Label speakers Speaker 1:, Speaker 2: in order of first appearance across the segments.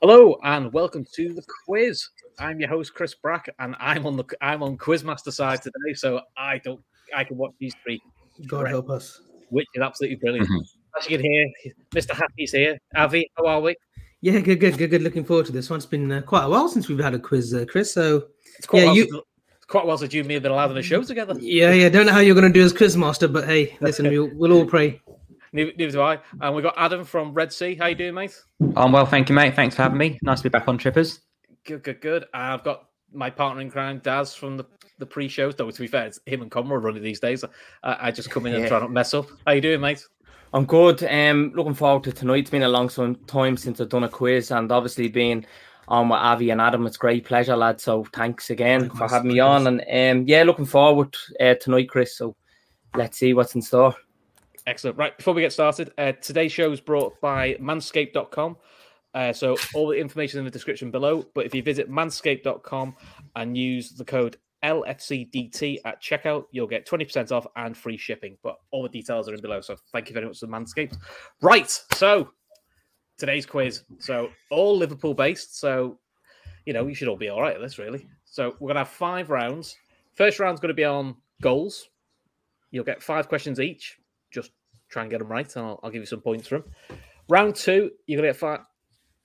Speaker 1: Hello and welcome to the quiz. I'm your host Chris Brack, and I'm on the I'm on Quizmaster side today, so I don't I can watch these three,
Speaker 2: God help us.
Speaker 1: which is absolutely brilliant.
Speaker 2: Mm-hmm.
Speaker 1: As you can hear, Mr. Happy's here. Avi, how are we?
Speaker 2: Yeah, good, good, good, good. Looking forward to this one. It's been uh, quite a while since we've had a quiz, uh, Chris. So
Speaker 1: It's quite
Speaker 2: Yeah,
Speaker 1: well
Speaker 2: you-
Speaker 1: since- it's quite well since you and me have been allowed on a show together.
Speaker 2: yeah, yeah. Don't know how you're going to do as quiz master, but hey, listen, we'll, we'll all pray.
Speaker 1: Neither, neither do I. And we have got Adam from Red Sea. How you doing, mate?
Speaker 3: I'm well, thank you, mate. Thanks for having me. Nice to be back on Trippers.
Speaker 1: Good, good, good. And I've got my partner in crime, Daz, from the the pre-shows. Though to be fair, it's him and Conroy running these days. I, I just come in and
Speaker 4: Yeah.
Speaker 1: try not to mess up. How you doing, mate?
Speaker 4: I'm good. Um, looking forward to tonight. It's been a long some time since I've done a quiz, and obviously being on with Avi and Adam, it's great pleasure, lad. So thanks again for
Speaker 2: Likewise,
Speaker 4: having me
Speaker 2: likewise.
Speaker 4: on, and um, yeah, looking forward uh, tonight, Chris. So let's see what's in store.
Speaker 1: Excellent. Right, before we get started, uh, today's show is brought by manscaped.com. Uh, so all the information in the description below. But if you visit manscaped.com and use the code LFCDT at checkout, you'll get 20% off and free shipping. But all the details are in below. So thank you very much to Manscaped. Right, so today's quiz. So all Liverpool based. So, you know, you should all be all right at this, really. So we're going to have five rounds. First round's going to be on goals. You'll get five questions each just try and get them right, and I'll, I'll give you some points for them. Round two, you're gonna get five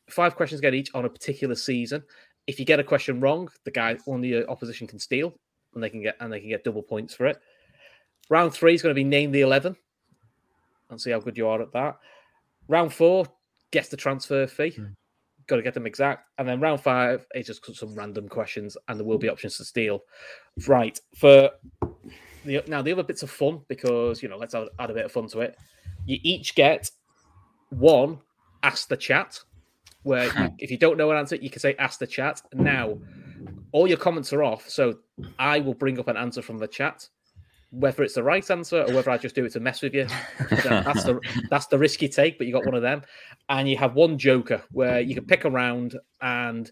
Speaker 1: five questions get each on a particular season. If you get a question wrong, the guy on the opposition can steal, and they can get and they can get double points for it. Round three is going to be name the eleven, and see how good you are at that. Round four, guess the transfer fee. Got to get them exact, and then round five is just some random questions, and there will be options to steal. Right for the, now the other bits are fun because you know let's add, add a bit of fun to it. You each get one ask the chat, where you, if you don't know an answer, you can say ask the chat. Now, all your comments are off, so I will bring up an answer from the chat, whether it's the right answer or whether I just do it to mess with you. That's the that's the risk you take, but you got one of them, and you have one joker where you can pick a round, and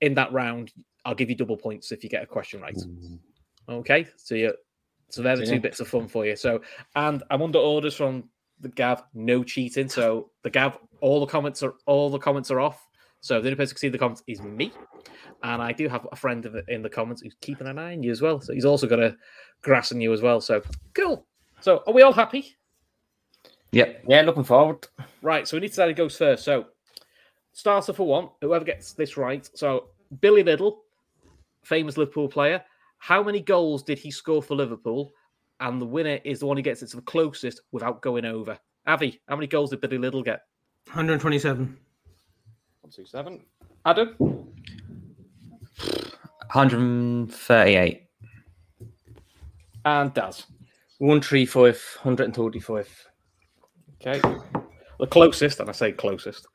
Speaker 1: in that round, I'll give you double points if you get a question right. Okay, so you so they're the two
Speaker 4: Brilliant.
Speaker 1: bits of fun for you. So and I'm under orders from the Gav, no cheating. So the Gav, all the comments are all the comments are off. So the only person who can see the comments is me. And I do have a friend in the- in the comments who's keeping an eye on you as well. So he's also gonna grass on you as well. So cool. So are we all happy?
Speaker 3: Yep.
Speaker 4: Yeah, looking forward.
Speaker 1: Right, so we need to decide who goes first. So, starter for one, whoever gets this right. So, Billy Little, famous Liverpool player. How many goals did he score for Liverpool? And the winner is the one who gets it to the closest without going over. Avi, how many goals did Billy Little get?
Speaker 2: 127.
Speaker 1: One, two, seven. Adam?
Speaker 3: 138.
Speaker 1: And Daz.
Speaker 4: One three five, hundred and thirty-five.
Speaker 1: Okay. The closest, and I say closest,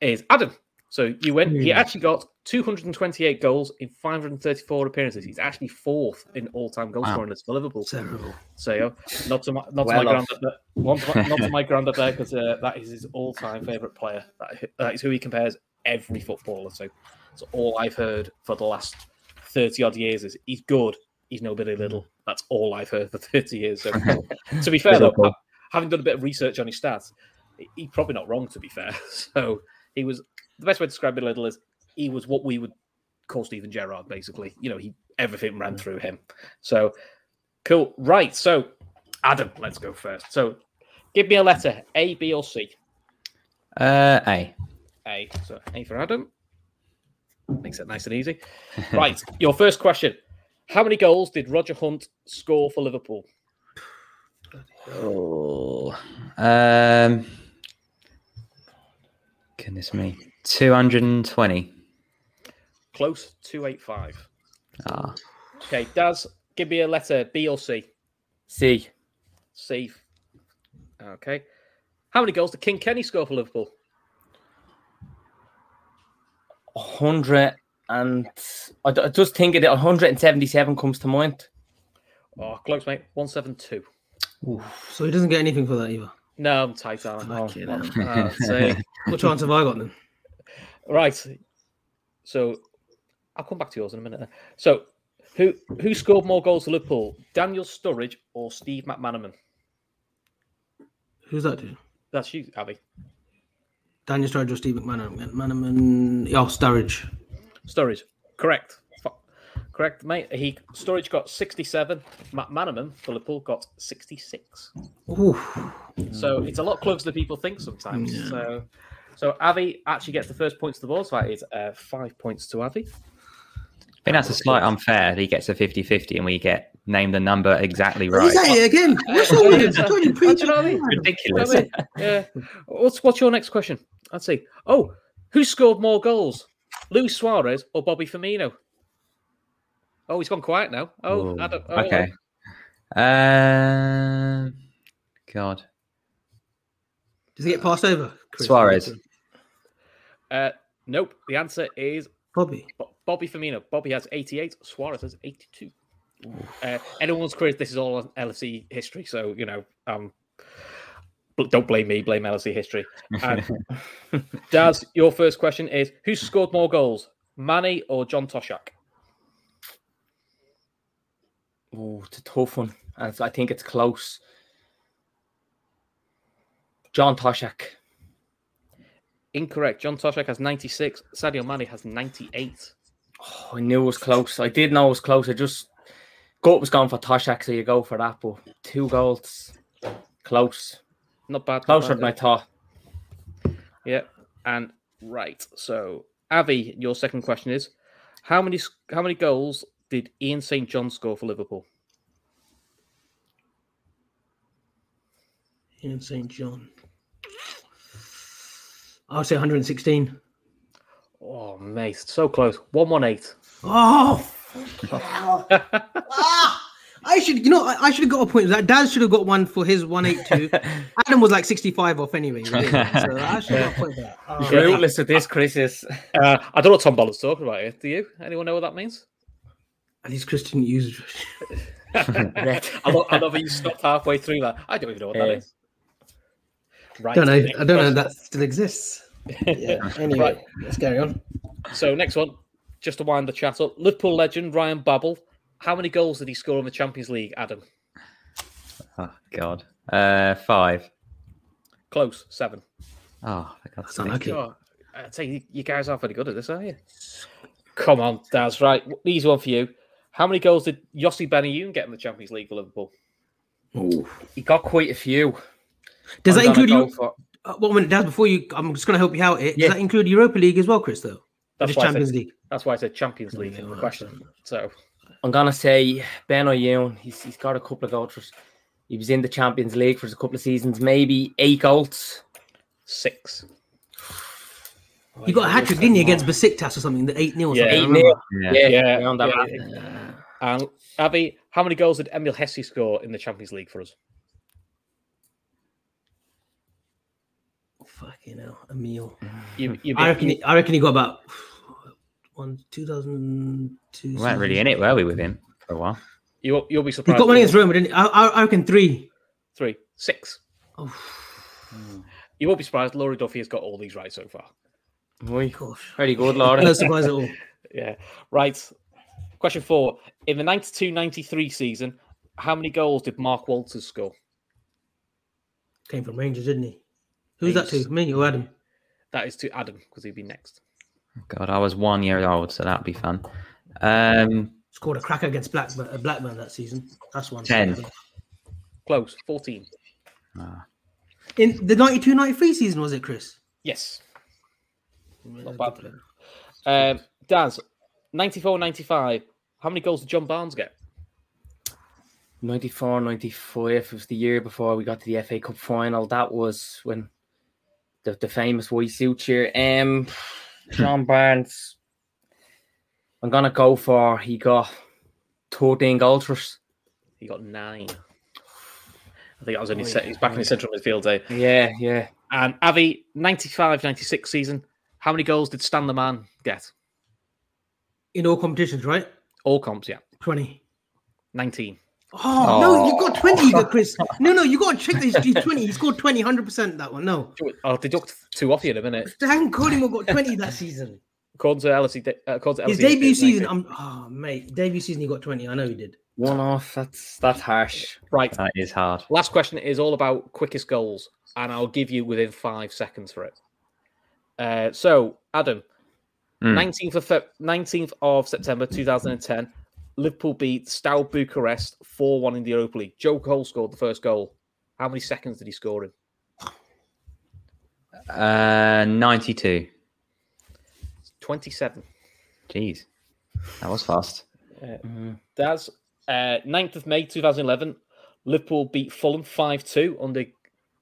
Speaker 1: is Adam. So you win. He actually got 228 goals in 534 appearances. He's actually fourth in all-time goal
Speaker 3: Wow.
Speaker 1: scoring list for Liverpool.
Speaker 2: Terrible.
Speaker 1: So yeah, not to my not
Speaker 4: Well
Speaker 1: to my
Speaker 4: off.
Speaker 1: granddad, but- one to- not to my granddad there because uh, that is his all-time favorite player. That, that is who he compares every footballer to. So all I've heard for the last thirty odd years is he's good. He's no Billy Little. That's all I've heard for thirty years. So to be fair though,
Speaker 3: Liverpool.
Speaker 1: having done a bit of research on his stats, he- he's probably not wrong. To be fair, so he was the best way to describe Billy Little is he was what we would call Stephen Gerrard. Basically, you know, he everything ran through him. So Cool. Right. So, Adam, let's go first. So, give me a letter A, B, or C.
Speaker 3: Uh, A.
Speaker 1: A. So, A for Adam. Makes it nice and easy. Right. your first question How many goals did Roger Hunt score for Liverpool?
Speaker 3: Oh. Um, goodness me. 220.
Speaker 1: Close, 285.
Speaker 3: Ah.
Speaker 1: Okay, Daz, Give me a letter B or C.
Speaker 4: C.
Speaker 1: C. Okay. How many goals did King Kenny score for Liverpool?
Speaker 4: 100 and I, d- I just think it 177 comes to mind.
Speaker 1: Oh, close, mate. 172.
Speaker 2: So he doesn't get anything for that either.
Speaker 1: No, I'm tight, aren't I?
Speaker 2: Fucking
Speaker 1: Oh,
Speaker 2: hell.
Speaker 1: I'd say-
Speaker 2: What chance have I got then?
Speaker 1: Right. So I'll come back to yours in a minute. then. So who who scored more goals for Liverpool? Daniel Sturridge or Steve McManaman?
Speaker 2: Who's that dude?
Speaker 1: That's you, Abby.
Speaker 2: Daniel Sturridge or Steve McManaman? Manaman. Oh, Sturridge.
Speaker 1: Sturridge. Correct. Fu- Correct, mate. He Sturridge got 67. McManaman for Liverpool got 66.
Speaker 2: Ooh.
Speaker 1: So it's a lot closer than people think sometimes.
Speaker 2: Mm. Yeah.
Speaker 1: So so Avi actually gets the first points to the ball, so that is uh, five points to Avi.
Speaker 3: I think that's a slight unfair that he gets a 50 50 and we get name the number exactly
Speaker 2: Right.
Speaker 3: right.
Speaker 2: Is that it again? What's
Speaker 1: Uh,
Speaker 2: all
Speaker 1: uh,
Speaker 2: this? I told you,
Speaker 1: uh,
Speaker 2: preach
Speaker 1: do you know what I mean?
Speaker 2: it.
Speaker 3: Ridiculous.
Speaker 1: Tell me, yeah. What's what's your next question? I'd say. Oh, who scored more goals, Luis Suarez or Bobby Firmino? Oh, he's gone quiet now. Oh,
Speaker 3: Ooh,
Speaker 1: I don't, oh,
Speaker 3: okay. Um, God.
Speaker 2: Does he get passed over? Chris?
Speaker 3: Suarez.
Speaker 1: Uh, nope. The answer is
Speaker 2: Bobby.
Speaker 1: Bo- Bobby Firmino. Bobby has 88. Suarez has 82. Uh, anyone's quiz. This is all on LFC history, so you know. Um, bl- don't blame me. Blame LFC history. And Daz, your first question is: Who scored more goals, Manny or John Toshak?
Speaker 4: Oh, it's a tough one. And it's- I think it's close. John Toshak.
Speaker 1: Incorrect. John Toshak has 96. Sadio Mane has 98.
Speaker 4: Oh, I knew it was close. I did know it was close. I just gut was gone for Toshak, so you go for that. But two goals, close,
Speaker 1: Not bad. Not
Speaker 4: closer
Speaker 1: bad.
Speaker 4: than I thought.
Speaker 1: Yeah. And right. So, Avi, your second question is how many s- how many goals did Ian St. John score for Liverpool?
Speaker 2: Ian St. John. I'll say 116.
Speaker 1: Oh, mate, so close. 118.
Speaker 2: Oh, fucking hell. ah, I should, you know, I, I should have got a point. That Daz should have got one for his 182. Adam was like 65 off anyway. really, So I should have got a point for that. Oh,
Speaker 4: Rootless with this, Chris is.
Speaker 1: Uh, I don't know what Tom Bollard's talking about here. Do you? Anyone know what that means?
Speaker 2: at least Chris didn't use
Speaker 1: I, love, I love how you stopped halfway through that. I don't even know what that
Speaker 4: Yeah.
Speaker 1: is. Right.
Speaker 2: I don't know.
Speaker 1: next
Speaker 2: I don't know
Speaker 1: question.
Speaker 2: if that still exists. Yeah. Anyway,
Speaker 1: Right.
Speaker 2: let's carry on.
Speaker 1: So next one, just to wind the chat up, Liverpool legend Ryan Babel. How many goals did he score in the Champions League, Adam?
Speaker 3: Oh, God. Uh, five.
Speaker 1: Close, seven.
Speaker 3: Oh, for God's
Speaker 2: That's
Speaker 3: sake.
Speaker 2: unlucky.
Speaker 1: Oh, I tell you, you guys are very good at this, are you? Come on, Daz. Right, easy one for you. How many goals did Yossi Benayoun get in the Champions League for Liverpool?
Speaker 4: He got quite a few.
Speaker 2: Does that
Speaker 4: I'm gonna
Speaker 2: include
Speaker 4: go
Speaker 2: you?
Speaker 4: for-
Speaker 2: Uh, one minute, Daz. Before you, I'm just going to help you out. Here.
Speaker 4: Yeah.
Speaker 2: Does that include Europa League as well, Chris? Though. Or
Speaker 1: That's
Speaker 2: just
Speaker 1: why I
Speaker 2: Champions
Speaker 1: said-
Speaker 2: League.
Speaker 1: That's why I said Champions League
Speaker 2: Yeah,
Speaker 1: in the
Speaker 2: well,
Speaker 1: question. So
Speaker 4: I'm gonna say Ben O'Youn. He's he's got a couple of goals. He was in the Champions League for a couple of seasons, maybe eight goals.
Speaker 1: six.
Speaker 2: You got a hat trick, didn't you, against Besiktas or something? The eight 0
Speaker 1: Yeah.
Speaker 4: eight
Speaker 2: something.
Speaker 4: nil.
Speaker 3: Yeah.
Speaker 4: Yeah,
Speaker 1: Yeah,
Speaker 4: around that
Speaker 1: yeah.
Speaker 4: way.
Speaker 1: And Abby, how many goals did Emil Hesse score in the Champions League for us?
Speaker 2: Fucking hell, a meal.
Speaker 1: You, you
Speaker 2: Hmm. I reckon. He, I reckon he got about one two thousand two.
Speaker 3: We weren't really in it, were we, with him for a while?
Speaker 1: you, you'll be
Speaker 2: He
Speaker 1: surprised.
Speaker 2: got one against Roma, didn't he? I, I, I reckon three.
Speaker 1: Three, six.
Speaker 2: Oh,
Speaker 1: You won't be surprised. Laurie Duffy has got all these right so far.
Speaker 4: Oi,
Speaker 2: gosh.
Speaker 4: Pretty good, Laura.
Speaker 2: No surprise at all.
Speaker 1: Yeah. Right. Question four. In the 92 93 season, how many goals did Mark Walters score?
Speaker 2: Came from Rangers, didn't he? Who's that to? Me or Adam?
Speaker 1: That is to Adam because he'd be next.
Speaker 3: God, I was one year old, so that'd be fun. Um,
Speaker 2: Scored a cracker against Blackburn, uh, Blackburn that season. That's one.
Speaker 3: Ten.
Speaker 1: Close. 14.
Speaker 2: In the 92 93 season, was it, Chris?
Speaker 1: Yes.
Speaker 2: Yeah, good
Speaker 1: bad.
Speaker 2: player.
Speaker 1: Um, Daz, 94 95. How many goals did John Barnes get?
Speaker 4: 94, 95 it was the year before we got to the FA Cup final. That was when the, the famous white suit here. Um, John Barnes. I'm gonna go for he got 13 goals for us.
Speaker 1: He got nine. I think that was only set. He's back in his central midfield day.
Speaker 4: Yeah, yeah.
Speaker 1: And Avi, 95 96 season. How many goals did Stan the Man get?
Speaker 2: in all competitions, right?
Speaker 1: All comps, yeah.
Speaker 2: 20.
Speaker 1: 19.
Speaker 2: Oh, no, you got 20, you got Chris. No, no, you got to check this. He's 20. He scored 20, 100% that one. No.
Speaker 1: I'll deduct Oh, two off you in a minute.
Speaker 2: Dan Collymore got 20 that season.
Speaker 1: According to LSC, uh, according to
Speaker 2: His
Speaker 1: LCD,
Speaker 2: debut
Speaker 1: it's
Speaker 2: season,
Speaker 1: 19.
Speaker 2: I'm, oh, mate, debut season, he got 20. I know he did.
Speaker 4: One off. That's that's harsh.
Speaker 1: right.
Speaker 3: That is hard.
Speaker 1: Last question is all about quickest goals, and I'll give you within five seconds for it. Uh, so, Adam,
Speaker 3: Mm.
Speaker 1: nineteenth of nineteenth of September two thousand and ten, Liverpool beat Steaua Bucharest four one in the Europa League. Joe Cole scored the first goal. How many seconds did he score in?
Speaker 3: Uh, 92.
Speaker 1: Twenty seven.
Speaker 3: Jeez. That was fast.
Speaker 1: That's uh, 9th of May 2011. Liverpool beat Fulham 5 2 under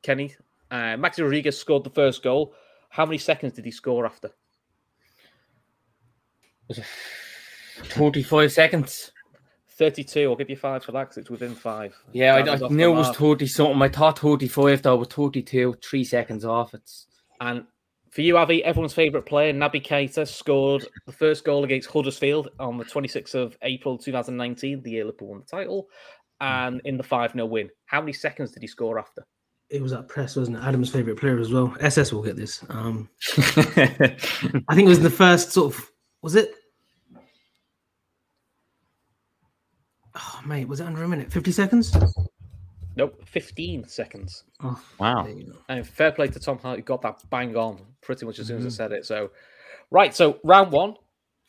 Speaker 1: Kenny. Uh, Maxi Rodriguez scored the first goal. How many seconds did he score after?
Speaker 4: 45 seconds.
Speaker 1: 32. I'll give you five for that because it's within five.
Speaker 4: Yeah,
Speaker 1: That
Speaker 4: I, I
Speaker 1: was off the
Speaker 4: knew it was
Speaker 1: mark.
Speaker 4: 30 something. I thought 45 though, but 32, three seconds off. It's
Speaker 1: And for you, Avi, everyone's favourite player, Naby Keita, scored the first goal against Huddersfield on the 26th of April 2019, the year Liverpool won the title, and in the 5 0 win. How many seconds did he score after?
Speaker 2: It was that press, wasn't it? Adam's favorite player as well. SS will get this. Um, I think it was the first sort of, was it? Oh, mate, was it under a minute? 50 seconds?
Speaker 1: Nope, 15 seconds.
Speaker 2: Oh,
Speaker 3: wow.
Speaker 2: there you go.
Speaker 1: And fair play to Tom Hart, who got that bang on pretty much as soon as I said it. So, right, so round one,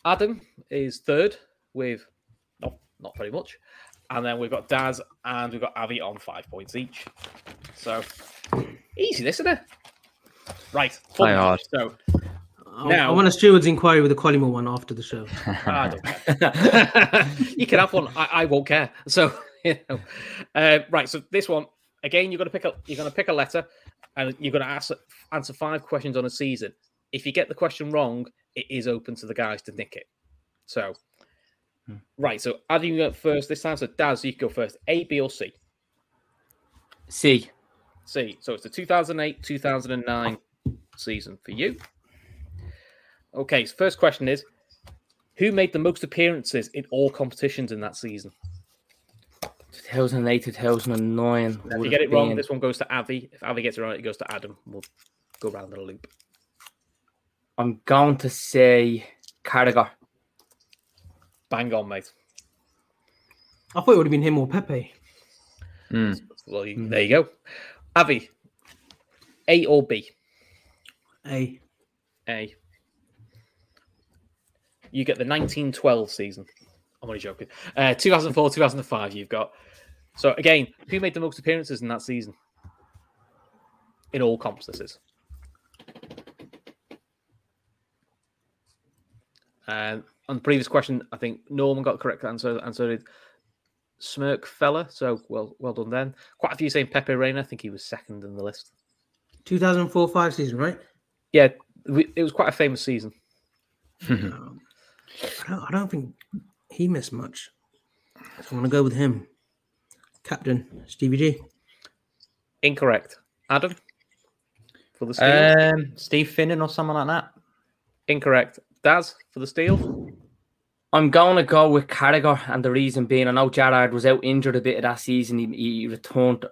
Speaker 1: Adam is third with not not very much, and then we've got Daz and we've got Avi on five points each. So easy, isn't it? Right, fun.
Speaker 3: Play hard.
Speaker 1: So
Speaker 2: I- I
Speaker 1: Now-
Speaker 2: want a steward's inquiry with a Collymore one after the show.
Speaker 1: I don't care. you can have one. I, I won't care. So you know, uh, right. So this one again, you're going to pick up. You're going to pick a letter, and you're going to ask, answer five questions on a season. If you get the question wrong, it is open to the guys to nick it. So, right. So Adam, you go first this time. So Daz, you can go first. A, B, or C.
Speaker 4: C.
Speaker 1: C. So it's the 2008 2009 season for you. Okay, so first question is Who made the most appearances in all competitions in that season?
Speaker 4: 2008, 2009.
Speaker 1: If you get it wrong, this one goes to Avi. If Avi gets it right, it goes to Adam. We'll go round in a loop.
Speaker 4: I'm going to say Carragher.
Speaker 1: Bang on, mate.
Speaker 2: I thought it would have been him or Pepe.
Speaker 1: Well, you- there you go. Avi, A or B?
Speaker 2: Hey,
Speaker 1: A. You get the 1912 season. I'm only joking. Uh, 2004, 2005, you've got. So, again, who made the most appearances in that season? In all comps, this is. Um, on the previous question, I think Norman got the correct answer, and so did Smirk Fella. So, well well done then. Quite a few saying Pepe Reina. I think he was second in the list.
Speaker 2: 2004 5 season, right?
Speaker 1: Yeah, we, it was quite a famous season.
Speaker 2: I don't, I don't think he missed much. So I'm going to go with him. Captain Stevie G.
Speaker 1: Incorrect. Adam? For the steal?
Speaker 3: Um, Steve Finnan or someone like that.
Speaker 1: Incorrect. Daz? For the steal?
Speaker 4: I'm going to go with Carragher, and the reason being, I know Gerrard was out injured a bit of that season. He, he returned.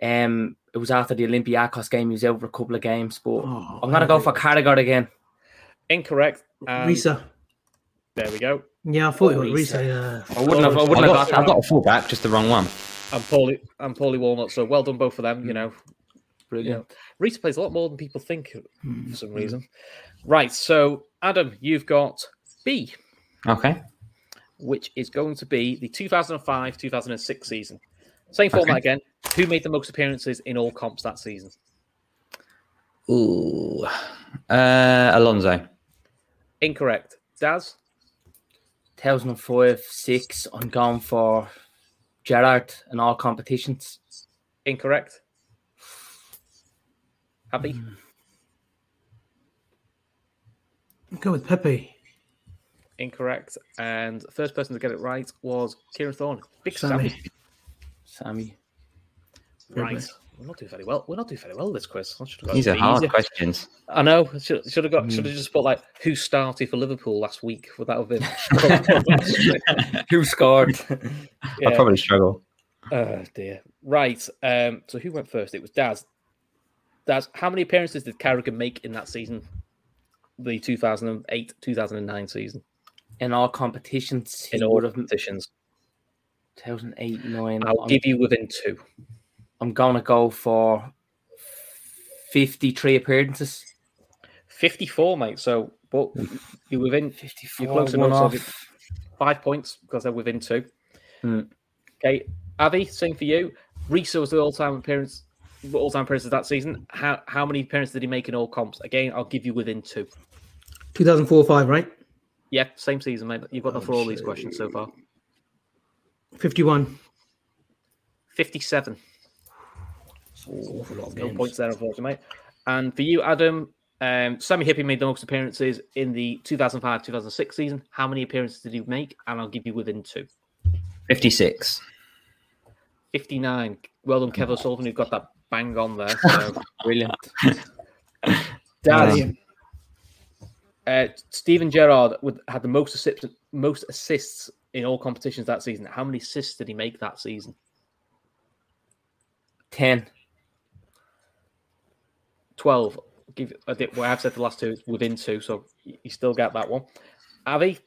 Speaker 4: Um, it was after the Olympiacos game. He was out for a couple of games, but
Speaker 2: Oh,
Speaker 4: I'm gonna go for Carragher again.
Speaker 1: Incorrect. And
Speaker 2: Risa.
Speaker 1: There we go.
Speaker 2: Yeah, I thought it was
Speaker 4: Risa.
Speaker 2: Risa. Yeah.
Speaker 4: I wouldn't have. I wouldn't
Speaker 3: I've got,
Speaker 4: have got that.
Speaker 3: I've got a fullback, just the wrong one.
Speaker 1: And Paulie, and Paulie Walnut. So well done both of them, you know. Brilliant. Rita plays a lot more than people think for some reason. Right, so Adam, you've got B,
Speaker 3: Okay.
Speaker 1: which is going to be the 2005 2006 season. Same format again. Who made the most appearances in all comps that season?
Speaker 3: Ooh. Uh, Alonso.
Speaker 1: Incorrect. Daz?
Speaker 4: 2005, six. I'm going for Gerrard in all competitions.
Speaker 1: Incorrect. Happy?
Speaker 2: Go with Pepe.
Speaker 1: incorrect. And first person to get it right was Kieran Thorne. Big Sammy.
Speaker 2: Sammy.
Speaker 4: Sammy.
Speaker 1: Right. We're not doing very well. We're not doing very well this quiz. I should've got
Speaker 3: These
Speaker 1: it
Speaker 3: are
Speaker 1: a bit
Speaker 3: hard
Speaker 1: easier.
Speaker 3: questions.
Speaker 1: I know. Should, should have got. Should
Speaker 4: Mm.
Speaker 1: have just put like who started for Liverpool last week. Would that have been?
Speaker 4: Who scored?
Speaker 3: I probably struggle.
Speaker 1: Oh dear. Right. Um, so who went first? It was Daz. Daz, how many appearances did Carrigan make in that season? The 2008 2009 season
Speaker 4: in all competitions, he
Speaker 1: in
Speaker 4: would
Speaker 1: all
Speaker 4: have
Speaker 1: competitions.
Speaker 4: 2008 9.
Speaker 1: I'll
Speaker 4: I'm,
Speaker 1: give you within two.
Speaker 4: I'm going to go for 53 appearances.
Speaker 1: 54, mate. So, but you're within
Speaker 4: 54.
Speaker 1: You're close
Speaker 4: one
Speaker 1: enough, so
Speaker 4: off.
Speaker 1: if five points because they're within two.
Speaker 4: Hmm.
Speaker 1: Okay, Avi, same for you. Risa was the all-time appearance, all-time appearances that season. How how many appearances did he make in all comps? Again, I'll give you within two.
Speaker 2: 2004 5, right?
Speaker 1: Yeah, same season, mate. You've got them for all these questions so far.
Speaker 2: 51.
Speaker 1: 57.
Speaker 2: Awful lot of
Speaker 1: No
Speaker 2: games.
Speaker 1: points there, unfortunately, mate. And for you, Adam, um, Sammy Hippie made the most appearances in the 2005 2006 season. How many appearances did he make? And I'll give you within two.
Speaker 3: 56.
Speaker 1: 59. Well done, Kev O'Sullivan, who got that bang on there. So.
Speaker 4: Brilliant.
Speaker 1: Daz,
Speaker 2: Brilliant.
Speaker 1: uh, Stephen Gerrard would, had the most assists, most assists in all competitions that season. How many assists did he make that season?
Speaker 4: 10.
Speaker 1: 12. Give, I did, well, I've said the last two, it's within two, so y- you still get that one. Avi,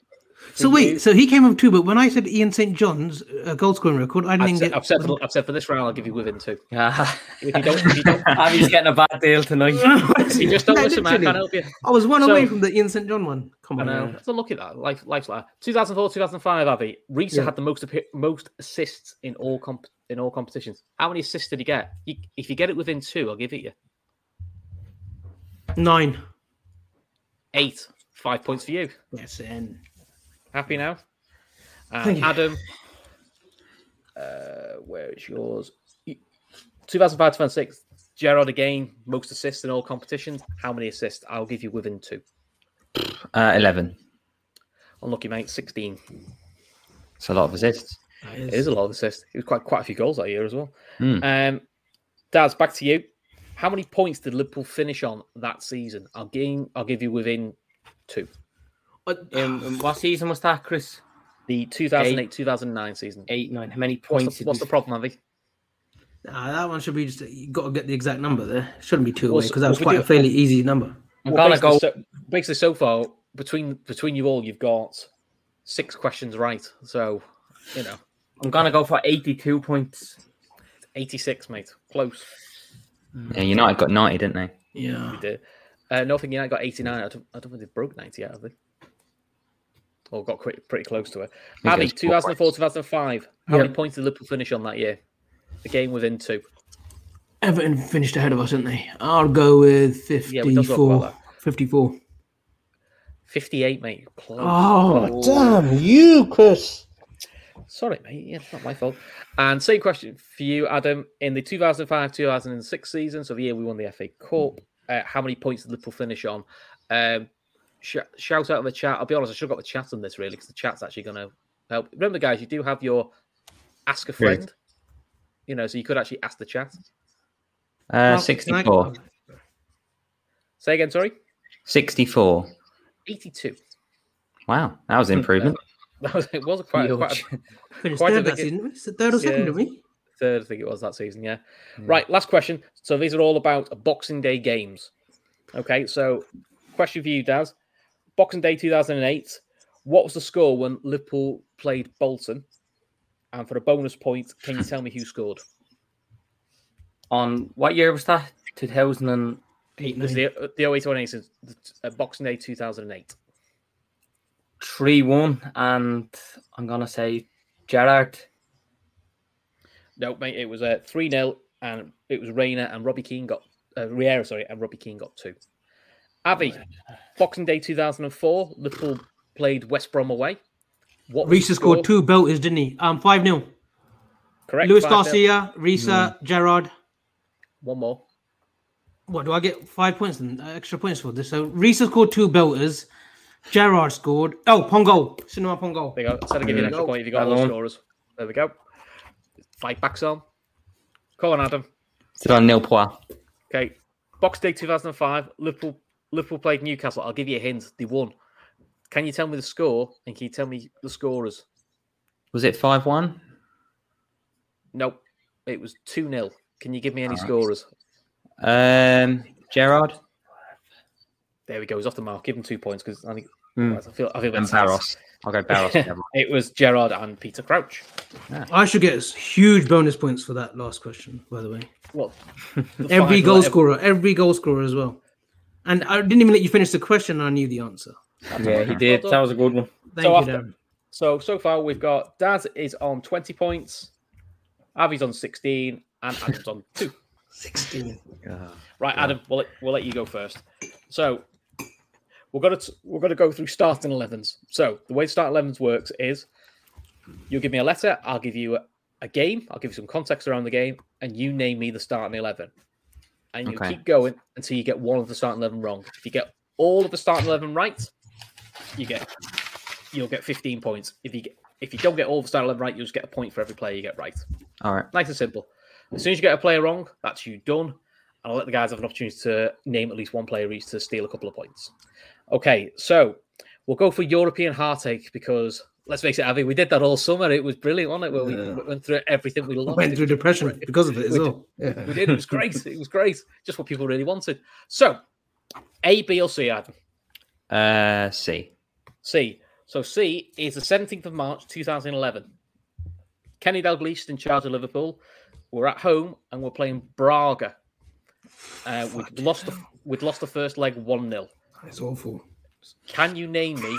Speaker 2: So
Speaker 1: you-
Speaker 2: wait, so he came up too, but when I said Ian St. John's uh, goal scoring record, I
Speaker 1: I've
Speaker 2: didn't
Speaker 1: said,
Speaker 2: get.
Speaker 1: I've, said for, I've said for this round, I'll give you within two.
Speaker 4: Ah,
Speaker 1: If you don't, if you, don't,
Speaker 4: Abby's getting a bad deal tonight.
Speaker 1: if you just don't
Speaker 2: Yeah,
Speaker 1: listen, man, I can't help
Speaker 2: literally.
Speaker 1: you.
Speaker 2: I was one
Speaker 1: So-
Speaker 2: away from the Ian St. John one. Come
Speaker 1: I
Speaker 2: on,
Speaker 1: know.
Speaker 2: now.
Speaker 1: Let's not look at that. Life, life's like that. 2004, 2005, Avi. Risa
Speaker 2: Yeah.
Speaker 1: had the most appear- most assists in all comp- in all competitions. How many assists did he get? You, if you get it within two, I'll give it you.
Speaker 2: nine.
Speaker 1: Eight. Five points for you.
Speaker 2: Yes, and
Speaker 1: Happy now? Uh,
Speaker 2: Thank you.
Speaker 1: Adam, uh, where is yours? 2005, 2006. Gerard again, most assists in all competitions. How many assists? I'll give you within two.
Speaker 3: Uh, 11.
Speaker 1: Unlucky, mate. 16.
Speaker 3: It's a lot of assists.
Speaker 1: It is a lot of assists. It was quite quite a few goals that year as well.
Speaker 3: Hmm.
Speaker 1: Um, Daz, back to you. How many points did Liverpool finish on that season? I'll give I'll give you within two.
Speaker 4: Um,
Speaker 2: ah,
Speaker 4: um, what season was that, Chris?
Speaker 1: The 2008 2009 season.
Speaker 4: 8 9. How many
Speaker 1: What's
Speaker 4: points
Speaker 1: the,
Speaker 4: did
Speaker 1: what's
Speaker 4: we-
Speaker 1: the problem, Avi?
Speaker 2: Nah, that one should be just you got to get the exact number there. Shouldn't be two
Speaker 1: Well,
Speaker 2: away
Speaker 1: so-
Speaker 2: because that was
Speaker 1: well, we
Speaker 2: quite a
Speaker 1: do-
Speaker 2: fairly easy number.
Speaker 4: I'm
Speaker 1: Well,
Speaker 4: going to
Speaker 1: basically
Speaker 4: go.
Speaker 1: So, basically, so far between between you all, you've got six questions right. So you know,
Speaker 4: I'm gonna go for 82 points.
Speaker 1: 86, mate. Close.
Speaker 3: Yeah, United got 90, didn't they?
Speaker 2: Yeah.
Speaker 1: You did. Uh, Northern United got 89. I don't, I don't think they broke 90 yet, have they? Or got pretty, pretty close to it.
Speaker 3: think it
Speaker 1: Abby,
Speaker 3: was
Speaker 1: 2004,
Speaker 3: four
Speaker 1: 2005. How
Speaker 2: Yeah.
Speaker 1: many points did Liverpool finish on that year? A game within two.
Speaker 2: Everton finished ahead of us, didn't they? I'll go with
Speaker 1: Yeah, we don't talk about
Speaker 2: 54.
Speaker 1: that.
Speaker 2: 54.
Speaker 1: 58, mate. Close.
Speaker 2: Oh,
Speaker 1: uh,
Speaker 5: Damn you, Chris.
Speaker 1: Sorry, mate. Yeah, it's not my fault. And same question for you, Adam. In the 2005 2006 season, so the year we won the FA Cup, uh, how many points did Liverpool finish on? Um, sh- shout out in the chat. I'll be honest, I should have got the chat on this, really, because the chat's actually going to help. Remember, guys, you do have your ask a friend, you know, so you could actually ask the chat.
Speaker 3: Uh, 64.
Speaker 1: Say again, sorry.
Speaker 3: 64.
Speaker 1: 82.
Speaker 3: Wow, that was an improvement.
Speaker 1: That was, it was quite, quite a
Speaker 4: Huge.
Speaker 2: Finished
Speaker 1: Quite a
Speaker 2: third
Speaker 1: big-
Speaker 2: that season. didn't we? It's the third or second,
Speaker 1: Yeah.
Speaker 2: didn't we?
Speaker 1: third, I think it was that season. Yeah. Right. Last question. So these are all about Boxing Day games. Okay. So question for you, Daz. Boxing Day 2008. What was the score when Liverpool played Bolton? And for a bonus point, can you tell me who scored?
Speaker 4: On what year was that? 2000 and
Speaker 2: Eight,
Speaker 1: It was the uh, the 08 season, the- uh, Boxing Day 2008.
Speaker 4: three one, and I'm gonna say Gerard.
Speaker 1: No, mate, it was a three 0 and it was Rayner and Robbie Keane got uh, Riera, sorry, and Robbie Keane got two. Avi, Boxing Day 2004, Liverpool played West Brom away. What was the
Speaker 2: Risa scored two belters, didn't he? Um, 5 0.
Speaker 1: Correct.
Speaker 2: Luis
Speaker 1: 5-0.
Speaker 2: Garcia, Risa,
Speaker 3: Hmm.
Speaker 2: Gerard.
Speaker 1: One more.
Speaker 2: Uh, What do I get? Five points and extra points for this. So Risa scored two belters. Gerard scored. Oh, Pongo. Cinema Pongo.
Speaker 1: There you go. Instead of giving you an
Speaker 4: There you
Speaker 1: extra
Speaker 2: go.
Speaker 1: point, if you got
Speaker 4: Well
Speaker 1: all
Speaker 4: done.
Speaker 1: scorers. There we go. Fight backs on. Come on, Adam.
Speaker 3: Still on nil pois.
Speaker 1: Okay. Box Day 2005. Liverpool Liverpool played Newcastle. I'll give you a hint. They won. Can you tell me the score? And can you tell me the scorers?
Speaker 3: Was it five one?
Speaker 1: Nope. It was 2 0. Can you give me any scorers?
Speaker 3: Um, Gerard
Speaker 1: There we go. He's off the mark. Give him two points because I think
Speaker 4: Hmm.
Speaker 1: I feel I feel
Speaker 3: and
Speaker 1: that's
Speaker 3: Barros. I'll go Barros. Never
Speaker 1: It was Gerard and Peter Crouch.
Speaker 2: I should get huge bonus points for that last question, by the way.
Speaker 1: Well, the final-
Speaker 2: Every goal scorer, every goal scorer as well. And I didn't even let you finish the question. and I knew the answer.
Speaker 4: Yeah, he did. That was a good one.
Speaker 2: Thank
Speaker 1: So
Speaker 2: you,
Speaker 1: after-
Speaker 2: Darren.
Speaker 1: So so far we've got Daz is on twenty points, Avi's on sixteen, and Adam's on two.
Speaker 2: Sixteen.
Speaker 3: mind.
Speaker 1: Right, Adam, we'll let, we'll let you go first. So we're gonna t- we're gonna go through starting elevens. So the way starting elevens works is you'll give me a letter, I'll give you a, a game, I'll give you some context around the game, and you name me the starting eleven. And you
Speaker 3: Okay.
Speaker 1: keep going until you get one of the starting eleven wrong. If you get all of the starting eleven right, you get you'll get fifteen points. If you get, if you don't get all the starting eleven right, you will just get a point for every player you get right.
Speaker 3: All right.
Speaker 1: Nice and simple. As soon as you get a player wrong, that's you done. And I'll let the guys have an opportunity to name at least one player each to steal a couple of points. Okay, so we'll go for European heartache because let's face it, Avi, we did that all summer. It was brilliant, wasn't it? Where we we went through everything we loved.
Speaker 2: Went through depression because of it as
Speaker 1: We-
Speaker 2: well.
Speaker 1: We did. It was great. It was great. Just what people really wanted. So, A, B, or C, Adam?
Speaker 3: Uh, C.
Speaker 1: C. So C is the 17th of March 2011. Kenny Dalglish in charge of Liverpool. We're at home and we're playing Braga. Uh, we'd lost the, we'd lost the first leg one 0
Speaker 2: It's awful.
Speaker 1: Can you name me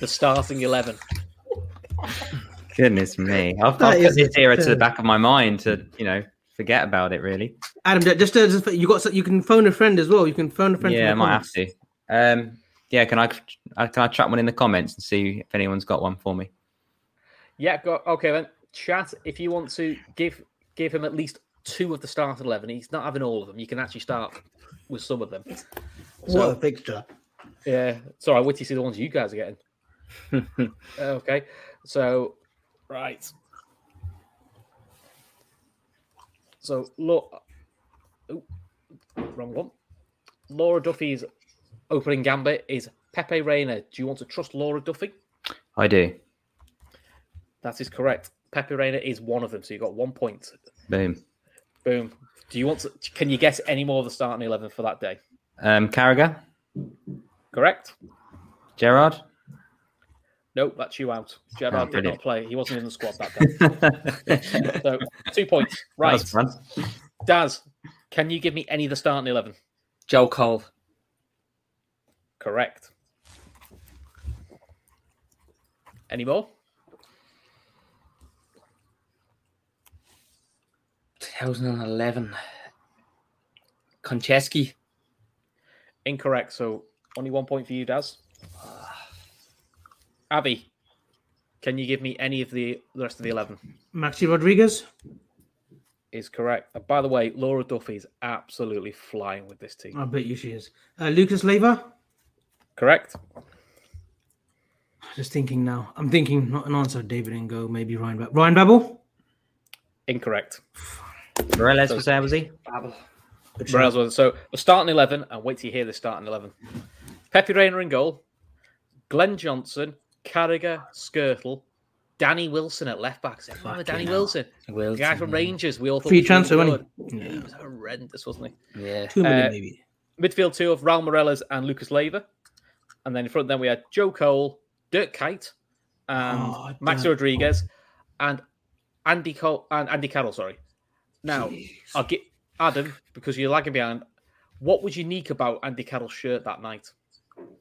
Speaker 1: the starting eleven?
Speaker 3: Goodness me. I've,
Speaker 2: That
Speaker 3: I've
Speaker 2: is
Speaker 3: put this era to the
Speaker 2: absurd.
Speaker 3: back of my mind to, you know, forget about it really.
Speaker 2: Adam, ju- just, to- just you got so- you can phone a friend as well. You can phone a friend. from
Speaker 3: Yeah,
Speaker 2: the
Speaker 3: I might have
Speaker 2: comments.
Speaker 3: to. Um, yeah, can I, I can I chuck one in the comments and see if anyone's got one for me?
Speaker 1: Yeah, go, okay then. Chat if you want to give give him at least two of the starting eleven. He's not having all of them. You can actually start with some of them.
Speaker 2: What a picture!
Speaker 1: Yeah. Sorry, I wait to see the ones you guys are getting. Uh, okay. So, right. So, look. Wrong one. Laura Duffy's opening gambit is Pepe Reina. Do you want to trust Laura Duffy?
Speaker 3: I do.
Speaker 1: That is correct. Pepe Reina is one of them. So you got one point.
Speaker 3: Boom.
Speaker 1: Boom. Do you want to? Can you guess any more of the starting eleven for that day?
Speaker 3: Um, Carragher,
Speaker 1: Correct.
Speaker 3: Gerard.
Speaker 1: Nope, that's you out.
Speaker 3: Oh,
Speaker 1: Gerard did
Speaker 3: brilliant.
Speaker 1: not play. He wasn't in the squad that day.
Speaker 3: That
Speaker 1: So two points. Right.
Speaker 3: was fun.
Speaker 1: Daz, can you give me any of the starting eleven?
Speaker 4: Joe Cole.
Speaker 1: Correct. Any more?
Speaker 4: 2011. Konchesky.
Speaker 1: Incorrect. So only one point for you, Daz. Abby, can you give me any of the, the rest of the eleven?
Speaker 2: Maxi Rodriguez.
Speaker 1: Is correct. And by the way, Laura Duffy is absolutely flying with this
Speaker 3: Oh.
Speaker 1: team.
Speaker 2: I bet you she is. Uh, Lucas Leiva.
Speaker 1: Correct.
Speaker 2: Just thinking now. I'm thinking not an answer. David and go maybe Ryan. Ba- Ryan Babel.
Speaker 1: Incorrect.
Speaker 3: Morales was there, was he?
Speaker 1: Morales was so the starting eleven, and wait till you hear the starting eleven. Pepe Reina in goal, Glenn Johnson, Carragher, Skirtle, Danny Wilson at left back. Does everyone remember Danny Wilson, the guy from Rangers. We all thought
Speaker 2: Free
Speaker 1: was really
Speaker 2: transfer, wasn't
Speaker 1: good.
Speaker 2: he?
Speaker 1: Yeah, he was horrendous, wasn't
Speaker 4: Yeah.
Speaker 2: Two million
Speaker 1: uh,
Speaker 2: maybe.
Speaker 1: he? Midfield two of Raul Morellas and Lucas Leiva, and then in front then we had Joe Cole, Dirk Kite, and
Speaker 2: Oh,
Speaker 1: Max
Speaker 2: damn.
Speaker 1: Rodriguez, and Andy Cole and Andy Carroll. Sorry. Now I'll get Adam because you're lagging behind. What was unique about Andy Carroll's shirt that night?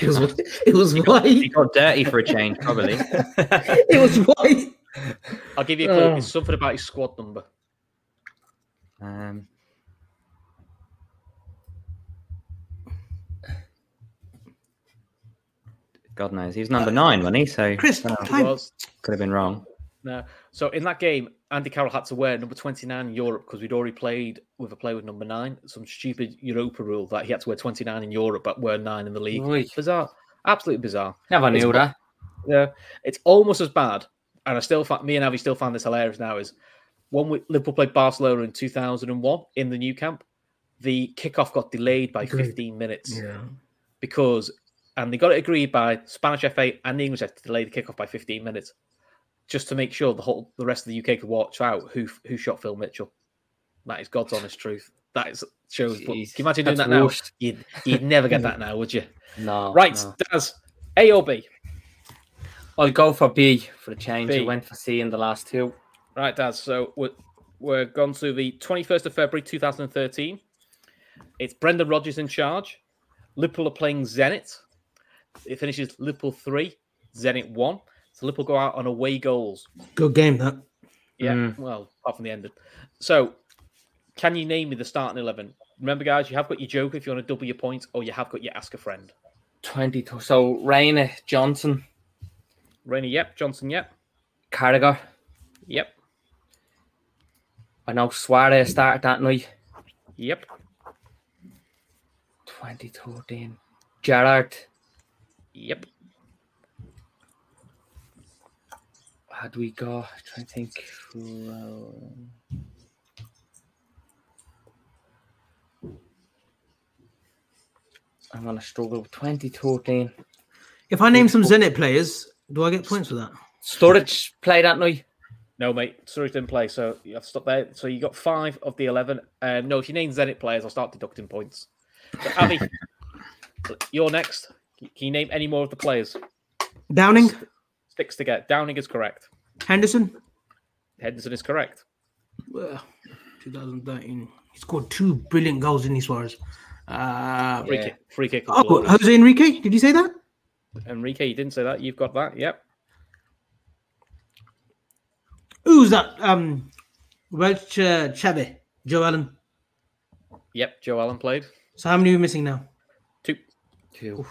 Speaker 2: It was. It was
Speaker 3: He
Speaker 2: white.
Speaker 3: got dirty for a change, probably.
Speaker 2: It was white.
Speaker 1: I'll give you a clue.
Speaker 2: Oh.
Speaker 1: It's something about his squad number.
Speaker 3: Um, God knows he was number nine, wasn't he? So
Speaker 2: Chris,
Speaker 3: uh,
Speaker 1: It
Speaker 2: time.
Speaker 1: was
Speaker 3: could have been wrong.
Speaker 1: No. So in that game, Andy Carroll had to wear number 29 in Europe because we'd already played with a player with number nine. Some stupid Europa rule that he had to wear 29 in Europe but wear nine in the league.
Speaker 4: Right.
Speaker 1: Bizarre. Absolutely bizarre.
Speaker 4: Never
Speaker 1: It's
Speaker 4: knew that.
Speaker 1: Yeah, it's almost as bad. And I still, fa- me and Avi still find this hilarious now. Is when we, Liverpool played Barcelona in 2001 in the new camp, the kickoff got delayed by
Speaker 2: Agreed.
Speaker 1: 15 minutes
Speaker 2: Yeah.
Speaker 1: because, and they got it agreed by Spanish FA and the English FA to delay the kickoff by 15 minutes, just to make sure the whole the rest of the UK could watch out who who shot Phil Mitchell. That is God's honest truth. That is shows. But can you
Speaker 4: Jeez,
Speaker 1: imagine doing
Speaker 4: that's
Speaker 1: that now?
Speaker 4: worst.
Speaker 1: You'd, you'd never get that now, would you?
Speaker 4: No.
Speaker 1: Right,
Speaker 4: no.
Speaker 1: Daz, A or B?
Speaker 4: I'll go for B for the change.
Speaker 1: B.
Speaker 4: I went for C in the last two.
Speaker 1: Right, Daz. So we're, we're gone to the 21st of February 2013. It's Brendan Rodgers in charge. Liverpool are playing Zenit. It finishes Liverpool 3, Zenit 1. So Liverpool go out on away goals.
Speaker 2: Good game that.
Speaker 1: Yeah, well, apart from the end. So can you name me the starting 11? Remember, guys, you have got your joker if you want to double your points, or you have got your ask a friend.
Speaker 4: 22. So Rainer, Johnson,
Speaker 1: Rainey, yep. Johnson, yep.
Speaker 4: Carragher.
Speaker 1: Yep.
Speaker 4: I know Suarez started that night.
Speaker 1: Yep.
Speaker 4: 2013. Gerard.
Speaker 1: Yep.
Speaker 4: Had we got? I think. who, um, I'm gonna struggle. 2013.
Speaker 2: If I name some Zenit players, do I get points for that?
Speaker 4: Sturridge played that night.
Speaker 1: No, mate, Surrey didn't play, so you have to stop there. So you got five of the eleven. Uh, no, if you name Zenit players, I'll start deducting points. So, Abby, you're next. Can you name any more of the players?
Speaker 2: Downing,
Speaker 1: Sticks to get. Downing is correct.
Speaker 2: Henderson.
Speaker 1: Henderson is correct.
Speaker 2: Well, 2013. He scored two brilliant goals in his Suarez. Uh,
Speaker 1: Free
Speaker 4: Yeah.
Speaker 1: kick. Free kick. was
Speaker 2: oh,
Speaker 1: glorious.
Speaker 2: Jose Enrique. Did you say that?
Speaker 1: Enrique, you didn't say that. You've got that. Yep.
Speaker 2: Who's that? Um, Welch uh, Chave, Joe Allen.
Speaker 1: Yep. Joe Allen played.
Speaker 2: So how many are we missing now?
Speaker 1: Two.
Speaker 4: Two.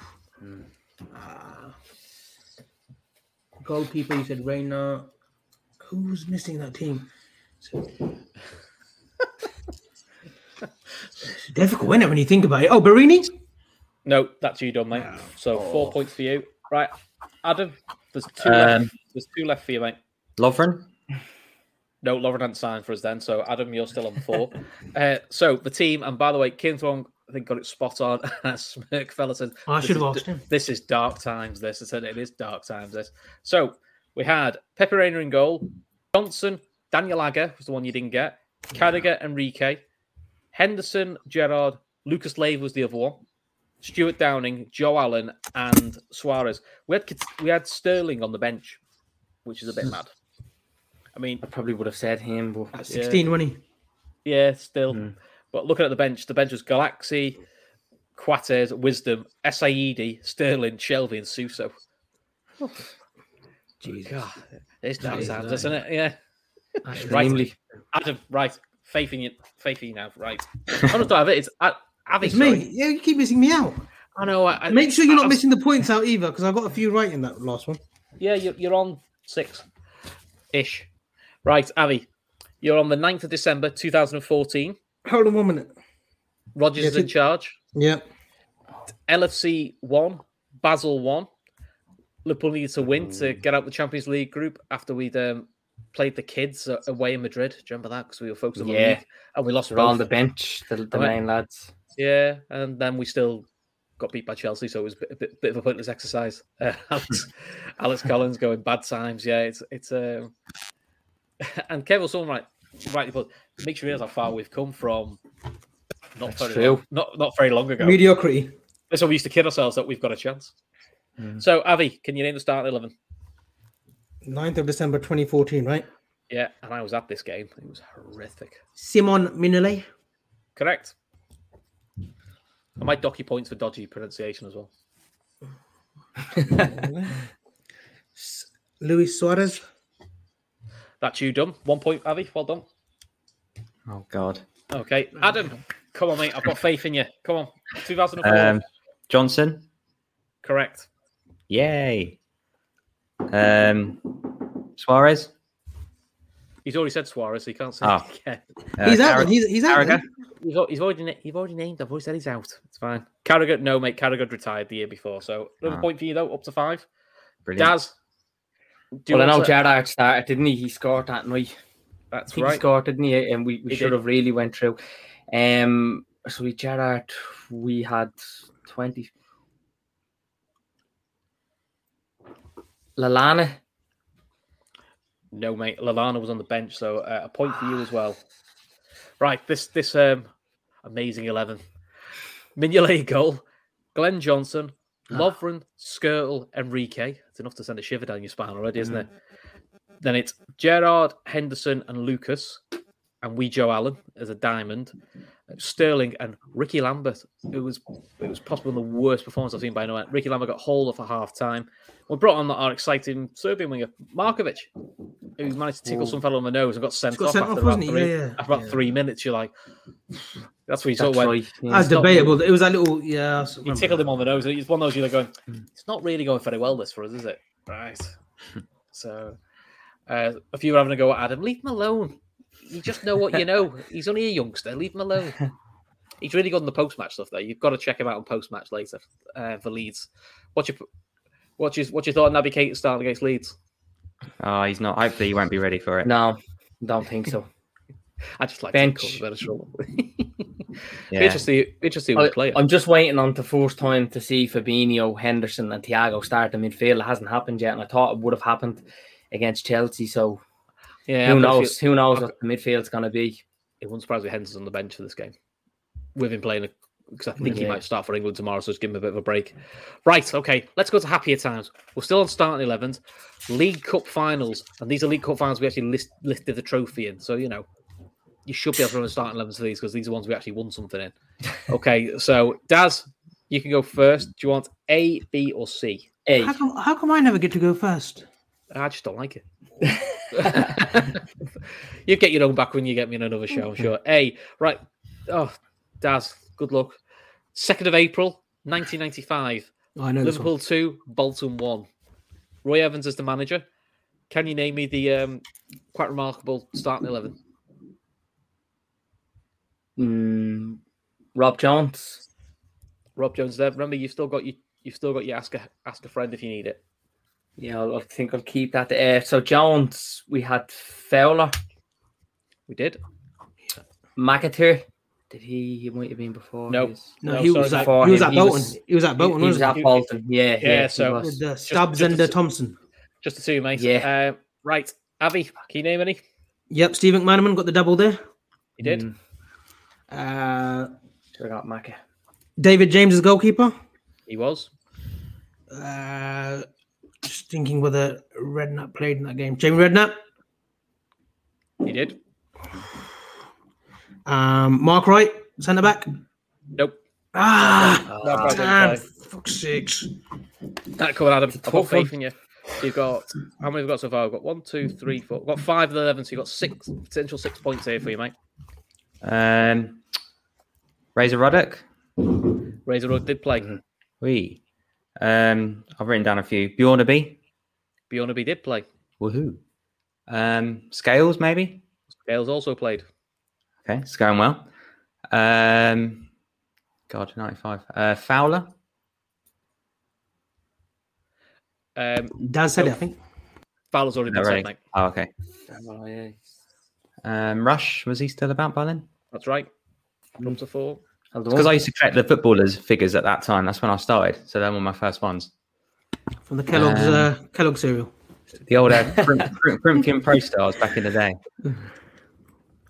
Speaker 2: Goalkeeper, you said Reina. Who's missing that team? So... It's difficult, isn't it, when you think about it? Oh, Barini?
Speaker 1: No, that's you done, mate. So four points for you. Right, Adam. There's two.
Speaker 3: Um,
Speaker 1: left. There's two left for you, mate.
Speaker 3: Lovren?
Speaker 1: No, Lauren hadn't signed for us then. So, Adam, you're still on four. uh, so, the team, and by the way, Kim Thwong, I think, got it spot on. Smirk fella says,
Speaker 2: I
Speaker 1: "This
Speaker 2: should
Speaker 1: is-
Speaker 2: have asked him."
Speaker 1: This is dark times, this. I said, it is dark times, this. So, we had Pepe Reina in goal, Johnson, Daniel Agger was the one you didn't get, Carragher, Enrique, Henderson, Gerard, Lucas Lave was the other one, Stuart Downing, Joe Allen, and Suarez. We had, Kit- we had Sterling on the bench, which is a bit mad. I mean,
Speaker 4: I probably would have said him, but
Speaker 2: At 16, wasn't he?
Speaker 1: yeah, still. But looking at the bench, the bench was Galaxy, Quates, Wisdom, Said, Sterling, Shelby, and Suso.
Speaker 2: Jesus.
Speaker 1: God, it's dark
Speaker 2: is
Speaker 1: times,
Speaker 2: nice.
Speaker 1: isn't it? Yeah.
Speaker 4: that's
Speaker 1: Right.
Speaker 4: namely.
Speaker 1: Adam, right. Faith in you, faith in you now. Right. I'm not have it. It's I, Avi.
Speaker 2: It's
Speaker 1: sorry.
Speaker 2: me. Yeah, you keep missing me out.
Speaker 1: I know. I, I-
Speaker 2: Make sure you're not
Speaker 1: I-
Speaker 2: missing the points out either, because I got a few right in that last one.
Speaker 1: Yeah, you're, you're on six ish. Right, Avi. You're on the 9th of December 2014.
Speaker 2: Hold on one minute.
Speaker 1: Rogers
Speaker 2: Yeah,
Speaker 1: is in
Speaker 2: two-
Speaker 1: charge.
Speaker 2: Yeah.
Speaker 1: LFC one, Basel one. Liverpool needed to win to get out the Champions League group after we'd um, played the kids a- away in Madrid. Do you remember that? Because we were focused on the
Speaker 4: Yeah.
Speaker 1: league and we lost
Speaker 4: They're all on
Speaker 1: both.
Speaker 4: the bench, the, the
Speaker 1: Right.
Speaker 4: main lads.
Speaker 1: Yeah, and then we still got beat by Chelsea, so it was a bit, a bit, bit of a pointless exercise. Uh, Alex, Alex Collins going bad times. Yeah, it's it's um, and Kev was all right, rightly put. Makes you realise how far we've come from. Not
Speaker 4: That's
Speaker 1: very long,
Speaker 4: true.
Speaker 1: not not very long ago.
Speaker 2: Mediocrity.
Speaker 1: That's why we used to kid ourselves that we've got a chance. So, Avi, can you name the starting 11?
Speaker 2: 9th of December 2014, right?
Speaker 1: Yeah, and I was at this game. It was horrific.
Speaker 2: Simon Minolet.
Speaker 1: Correct. I might dock you points for dodgy pronunciation as well.
Speaker 2: Luis Suarez.
Speaker 1: That's you done. One point, Avi. Well done.
Speaker 3: Oh, God.
Speaker 1: Okay. Adam, come on, mate. I've got faith in you. Come on. 2004.
Speaker 3: Um, Johnson?
Speaker 1: Correct.
Speaker 3: Yay. Um, Suarez?
Speaker 1: He's already said Suarez, so he can't say
Speaker 3: Oh.
Speaker 1: it again.
Speaker 3: Uh,
Speaker 2: he's out.
Speaker 3: Carragher-
Speaker 2: then, He's, he's out. eh?
Speaker 3: Carragher?
Speaker 2: then.
Speaker 1: He's, al- he's already na- you've already named. I've already said he's out. It's fine. Carragher, no mate. Carragher retired the year before, so another
Speaker 3: Ah.
Speaker 1: point for you though. Up to five.
Speaker 3: Brilliant.
Speaker 1: Daz. Do you
Speaker 4: well, I know
Speaker 1: want to-
Speaker 4: Gerrard started, didn't he? He scored that night. I
Speaker 1: That's
Speaker 4: think he
Speaker 1: right.
Speaker 4: scored, didn't he? And we, we
Speaker 1: He
Speaker 4: should
Speaker 1: did.
Speaker 4: have really went through. Um, so we Gerrard, we had twenty. Lalana,
Speaker 1: No mate. Lalana was on the bench, so uh, a point for you as well. Right. This this um amazing eleven. Mignolet goal. Glenn Johnson.
Speaker 2: Ah.
Speaker 1: Lovren, Skirtle, Enrique. It's enough to send a shiver down your spine already, isn't it? Then it's Gerard, Henderson, and Lucas, and we Joe Allen as a diamond, Sterling, and Ricky Lambert. It was it was possibly the worst performance I've seen by anyone. Ricky Lambert got hauled off at half time. We brought on our exciting Serbian winger Markovic, who managed to tickle some fellow on the nose and got sent
Speaker 2: got
Speaker 1: off
Speaker 2: sent
Speaker 1: after
Speaker 2: off,
Speaker 1: about,
Speaker 2: wasn't he?
Speaker 1: three,
Speaker 2: Yeah, yeah.
Speaker 1: after about
Speaker 2: Yeah.
Speaker 1: three minutes. You're like, that's where you sort
Speaker 4: that's
Speaker 1: of went.
Speaker 4: right. yeah.
Speaker 2: That's
Speaker 1: not-
Speaker 2: debatable. It was a little. Yeah. I
Speaker 1: You
Speaker 2: remember
Speaker 1: tickled
Speaker 2: that.
Speaker 1: him on the nose. It's one of those you're going, it's not really going very well, this for us, is it? Right. so, uh, if you were having a go at Adam, leave him alone. You just know what you know. He's only a youngster. Leave him alone. He's really good on the post match stuff, though. You've got to check him out on post match later uh, for Leeds. What's your, what's your, what's your thought on Naby Keita starting against Leeds?
Speaker 3: Oh, he's not. Hopefully, he won't be ready for it.
Speaker 4: No, don't think so.
Speaker 1: I just like
Speaker 4: Bench.
Speaker 1: to cause a bit of trouble.
Speaker 3: Yeah.
Speaker 1: Be interesting, be interesting
Speaker 4: I,
Speaker 1: to play.
Speaker 4: am just waiting on the first time to see Fabinho, Henderson, and Thiago start the midfield. It hasn't happened yet, and I thought it would have happened against Chelsea. So
Speaker 1: yeah,
Speaker 4: who
Speaker 1: I'm gonna feel-
Speaker 4: knows? Who knows
Speaker 1: I've
Speaker 4: what the midfield's going to be?
Speaker 1: it wouldn't surprise me if Henderson's on the bench for this game. With him playing, because I think he
Speaker 4: Yeah.
Speaker 1: might start for England tomorrow, so just give him a bit of a break. Right, okay, let's go to happier times. We're still on starting 11s, League Cup finals, and these are League Cup finals we actually list, listed the trophy in. So, you know, you should be able to run a starting 11s for these because these are ones we actually won something in. Okay, so Daz, you can go first. Do you want A, B, or C?
Speaker 4: Hey,
Speaker 2: How come, how come I never get to go first?
Speaker 1: I just don't like it. you get your own back when you get me in another show, I'm sure. A, right. Oh, Daz, good luck. 2nd of April, 1995.
Speaker 2: Oh, I know this one.
Speaker 1: Liverpool 2, Bolton 1. Roy Evans as the manager. Can you name me the um, quite remarkable starting 11?
Speaker 4: mm, Rob Jones,
Speaker 1: Rob Jones there. Remember, you've still got your, you've still got your ask a, ask a friend if you need it.
Speaker 4: yeah, I'll, I think I'll keep that. Uh, so Jones, we had Fowler,
Speaker 1: We did.
Speaker 4: McAteer. Did he? He might have been before.
Speaker 1: No.
Speaker 4: Yes.
Speaker 2: No,
Speaker 1: No,
Speaker 2: he
Speaker 1: sorry,
Speaker 2: was at,
Speaker 4: before
Speaker 2: he was
Speaker 4: him,
Speaker 2: at
Speaker 4: he
Speaker 2: Bolton.
Speaker 4: was-
Speaker 2: He was at Bolton,
Speaker 4: he was
Speaker 2: wasn't
Speaker 4: at
Speaker 1: he?
Speaker 4: Bolton. Yeah,
Speaker 1: Yeah,
Speaker 4: he
Speaker 1: so-
Speaker 2: he?
Speaker 4: was.
Speaker 2: With the Stubbs
Speaker 1: just
Speaker 2: and
Speaker 1: to
Speaker 2: the
Speaker 1: s-
Speaker 2: Thompson.
Speaker 1: Just the two, mate.
Speaker 4: Yeah.
Speaker 1: Uh, right. Avi, can you name any?
Speaker 2: Yep, Steve McManaman got the double there.
Speaker 1: You did.
Speaker 2: Hmm.
Speaker 4: Mm,
Speaker 2: Uh,
Speaker 4: so I got Maca.
Speaker 2: David James as goalkeeper.
Speaker 1: He was.
Speaker 2: Uh, just thinking whether Redknapp played in that game. Jamie Redknapp,
Speaker 1: He did.
Speaker 2: um, Mark Wright, centre back.
Speaker 1: Nope.
Speaker 2: Ah,
Speaker 1: No, Brad didn't
Speaker 2: damn,
Speaker 1: play.
Speaker 2: fuck six.
Speaker 1: That covered Adam. I've got
Speaker 4: tough one.
Speaker 1: faith in you. You've got how many have we got so far? We've got one, two, three, four. We've got five of the eleven, so you've got six potential six points here for you, mate.
Speaker 3: Um, Razor Ruddock.
Speaker 1: Razor Road did play.
Speaker 3: Mm-hmm. We. Um, I've written down a few. Bjornaby.
Speaker 1: Bjornaby did play.
Speaker 3: Woohoo. Um, Scales maybe.
Speaker 1: Gales also played.
Speaker 3: Okay, it's going well. Um, God, ninety-five. Uh, Fowler.
Speaker 1: Um
Speaker 2: Dan said it, I think.
Speaker 1: Fowler's already
Speaker 3: No,
Speaker 1: been
Speaker 3: really.
Speaker 1: said, mate.
Speaker 3: Oh, okay.
Speaker 4: Oh, yeah.
Speaker 3: Um, Rush was he still about by then?
Speaker 1: That's right. Up to four.
Speaker 4: Hold
Speaker 3: Because
Speaker 4: on.
Speaker 3: I used to collect the footballers' figures at that time. That's when I started. So they were my first ones.
Speaker 2: From the Kellogg's
Speaker 3: Um,
Speaker 2: uh, Kellogg cereal.
Speaker 3: The old uh, Crim- Crim- Crimkin Pro Stars back in the day.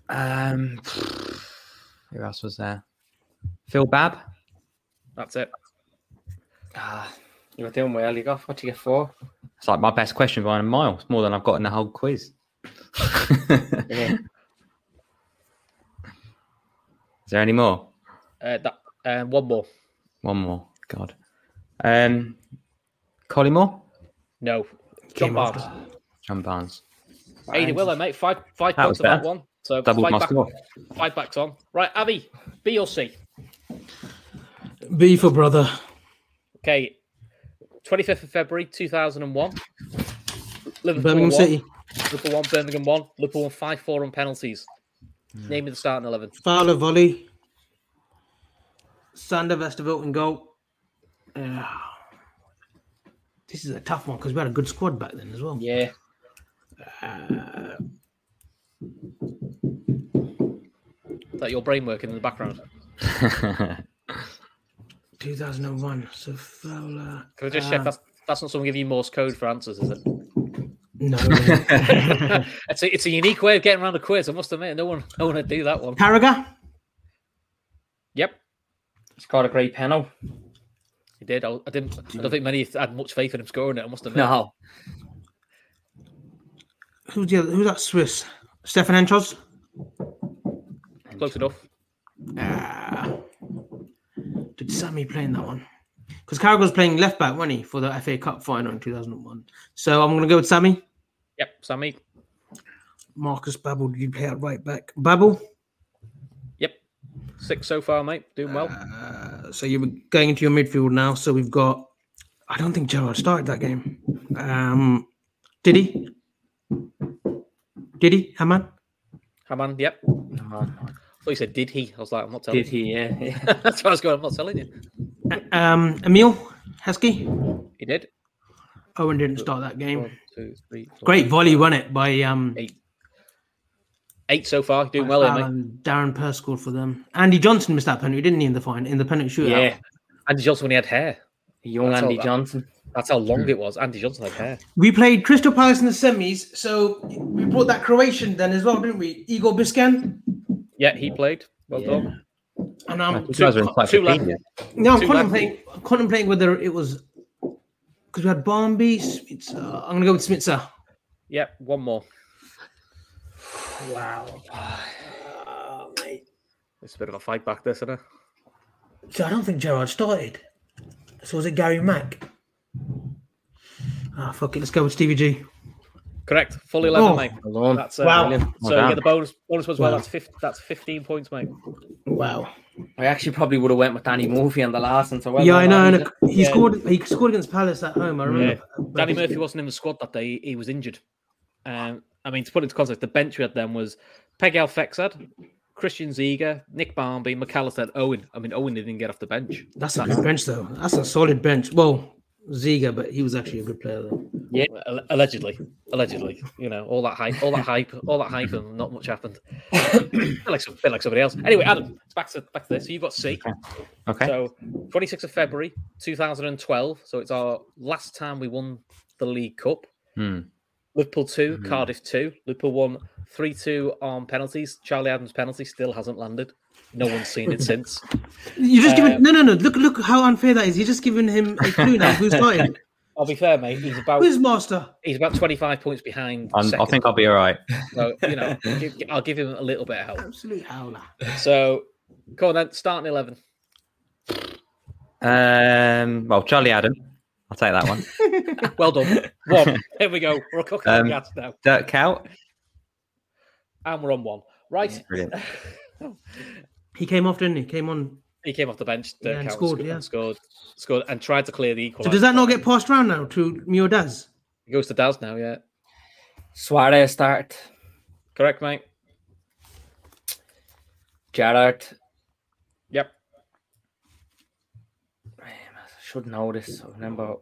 Speaker 3: Um, who else was there? Phil Babb.
Speaker 1: That's it.
Speaker 4: Ah, you were doing well. You got what you get for.
Speaker 3: It's like my best question by a mile. It's more than I've got in the whole quiz. Is
Speaker 4: Yeah.
Speaker 3: there any more?
Speaker 1: Uh, that um, one more.
Speaker 3: One more. God. Um, Collymore.
Speaker 1: No. John
Speaker 2: Came
Speaker 1: Barnes.
Speaker 3: John Barnes.
Speaker 1: Aidan Willow, mate. Five five
Speaker 3: That
Speaker 1: points
Speaker 3: was
Speaker 1: for that
Speaker 3: better.
Speaker 1: one. So
Speaker 3: Doubled
Speaker 1: five,
Speaker 3: my
Speaker 1: back,
Speaker 3: score.
Speaker 1: five backs on. Right, Avi, B or C.
Speaker 2: B for brother.
Speaker 1: Okay. Twenty fifth of February two thousand and one. Liverpool
Speaker 2: Birmingham
Speaker 1: one.
Speaker 2: City.
Speaker 1: Liverpool one, Birmingham one. Liverpool won five four on penalties. Name me the starting eleven.
Speaker 2: Fowler volley. Sander Vesterveld and goal. Yeah. Uh, This is a tough one because we had a good squad back then as well.
Speaker 4: Yeah.
Speaker 1: Is that your brain working in the background?
Speaker 2: 2001. So Fowler.
Speaker 1: Can I just
Speaker 4: Ah.
Speaker 1: check? That's that's not someone giving you Morse code for answers, is it?
Speaker 2: No. no.
Speaker 1: It's a, it's a unique way of getting around a quiz. I must admit, no one no one would do that one.
Speaker 2: Carragher.
Speaker 1: Yep,
Speaker 4: Scored a great penalty.
Speaker 1: he did. I, I didn't. I don't think many had much faith in him scoring it. I must admit.
Speaker 4: No.
Speaker 2: Who's the other? Who's that Swiss? Stefan Enchos.
Speaker 1: close enough.
Speaker 2: Did Sammy play in that one? Because Carragher was playing left back, wasn't he, for the FA Cup final in 2001. So I'm going to go with Sammy.
Speaker 1: Yep, Sammy.
Speaker 2: Marcus Babel, did you play out right back? Babel.
Speaker 1: Yep, six so far, mate. Doing well.
Speaker 4: Uh,
Speaker 2: So you were going into your midfield now. So we've got. I don't think Gerard started that game. Um, did he? Did he? Haman.
Speaker 1: Haman. Yep. I thought you said did he? I was like, I'm not telling.
Speaker 4: Did he? Yeah.
Speaker 1: you. That's where I was going. I'm not telling you.
Speaker 2: Um, Emil Heskey.
Speaker 1: He did.
Speaker 2: Owen didn't start that game.
Speaker 1: One, two, three, four,
Speaker 2: Great volley, won it by um,
Speaker 1: Eight. Eight so far. Doing well, here, mate.
Speaker 2: um, Darren Purse scored for them. Andy Johnson missed that penalty, didn't he? In the final, in the penalty shootout.
Speaker 4: yeah.
Speaker 1: Andy Johnson when he had hair.
Speaker 4: Young
Speaker 1: That's all
Speaker 4: Andy
Speaker 1: that-
Speaker 4: Johnson.
Speaker 1: That's how long it was. Andy Johnson had hair.
Speaker 2: We played Crystal Palace in the semis, so we brought that Croatian then as well, didn't we? Igor Biscan.
Speaker 1: Yeah, he played. Well
Speaker 4: Yeah.
Speaker 1: done.
Speaker 2: And um, I'm
Speaker 3: You guys are in quite
Speaker 1: two left.
Speaker 2: no, I'm
Speaker 1: two
Speaker 2: contemplating, contemplating whether it was because we had Barmby, Smitsa. I'm gonna go with Smitsa.
Speaker 1: Yep, one more.
Speaker 2: Wow. Uh,
Speaker 1: It's a bit of a fight back, this, isn't it?
Speaker 2: So I don't think Gerard started. So was it Gary Mack? Ah, fuck it. Let's go with Stevie G.
Speaker 1: Correct. Full eleven,
Speaker 2: Oh.
Speaker 1: mate.
Speaker 4: Alone.
Speaker 1: That's uh,
Speaker 2: Wow.
Speaker 1: brilliant. So
Speaker 3: Well
Speaker 1: you
Speaker 3: done.
Speaker 1: get the bonus bonus as well.
Speaker 2: Wow.
Speaker 1: That's 15, that's fifteen points, mate.
Speaker 2: Wow.
Speaker 4: I actually probably would have went with Danny Murphy on the last one. So well
Speaker 2: yeah,
Speaker 4: done,
Speaker 2: I know.
Speaker 4: Andy.
Speaker 2: And he scored. He scored against Palace at home. I remember.
Speaker 1: Danny Murphy wasn't in the squad that day. He was injured. Um, I mean, to put it into context, the bench we had then was Peg Alfexad, Christian Ziga, Nick Barmby, McAllister, and Owen. I mean, Owen didn't get off the bench.
Speaker 2: That's a good bench, though. That's a solid bench. Well, Ziga, but he was actually a good player, though.
Speaker 1: Al- allegedly, allegedly, you know, all that hype, all that hype, all that hype, and not much happened. feel like, some- feel like somebody else. Anyway, Adam, back to back to this. So you've got C.
Speaker 3: Okay.
Speaker 1: So 26th of February 2012. So it's our last time we won the League Cup.
Speaker 3: Hmm.
Speaker 1: Liverpool 2, Cardiff 2. Liverpool won 3 2 on penalties. Charlie Adams' penalty still hasn't landed. No one's seen it since.
Speaker 2: You just
Speaker 1: Uh,
Speaker 2: given no, no, no. Look, look how unfair that is. You're just giving him a clue now. Who's started?
Speaker 1: I'll be fair, mate. He's about
Speaker 2: Who's master?
Speaker 1: he's about 25 points behind.
Speaker 3: I'm, I
Speaker 1: second.
Speaker 3: think I'll be all right.
Speaker 1: So, you know, give- I'll give him a little bit of help.
Speaker 2: Absolute howler.
Speaker 1: So, go on then. Starting 11.
Speaker 3: Um, well, Charlie Adam. I'll take that one.
Speaker 1: Well done. One. Here we go. We're cooking on
Speaker 3: Um,
Speaker 1: gas now.
Speaker 3: Dirk Cout.
Speaker 1: And we're on one. Right.
Speaker 3: Brilliant.
Speaker 2: He came off, didn't he? Came on.
Speaker 1: He came off the bench.
Speaker 2: Yeah,
Speaker 1: Dirk
Speaker 2: and
Speaker 1: Cowan
Speaker 2: scored, yeah.
Speaker 1: and scored. Scored and tried to clear the equaliser.
Speaker 2: So does that not get passed round now to Mio Daz?
Speaker 1: He goes to Daz now, yeah.
Speaker 4: Suarez start.
Speaker 1: Correct, mate.
Speaker 4: Gerrard.
Speaker 1: Yep.
Speaker 4: I should know this. I remember.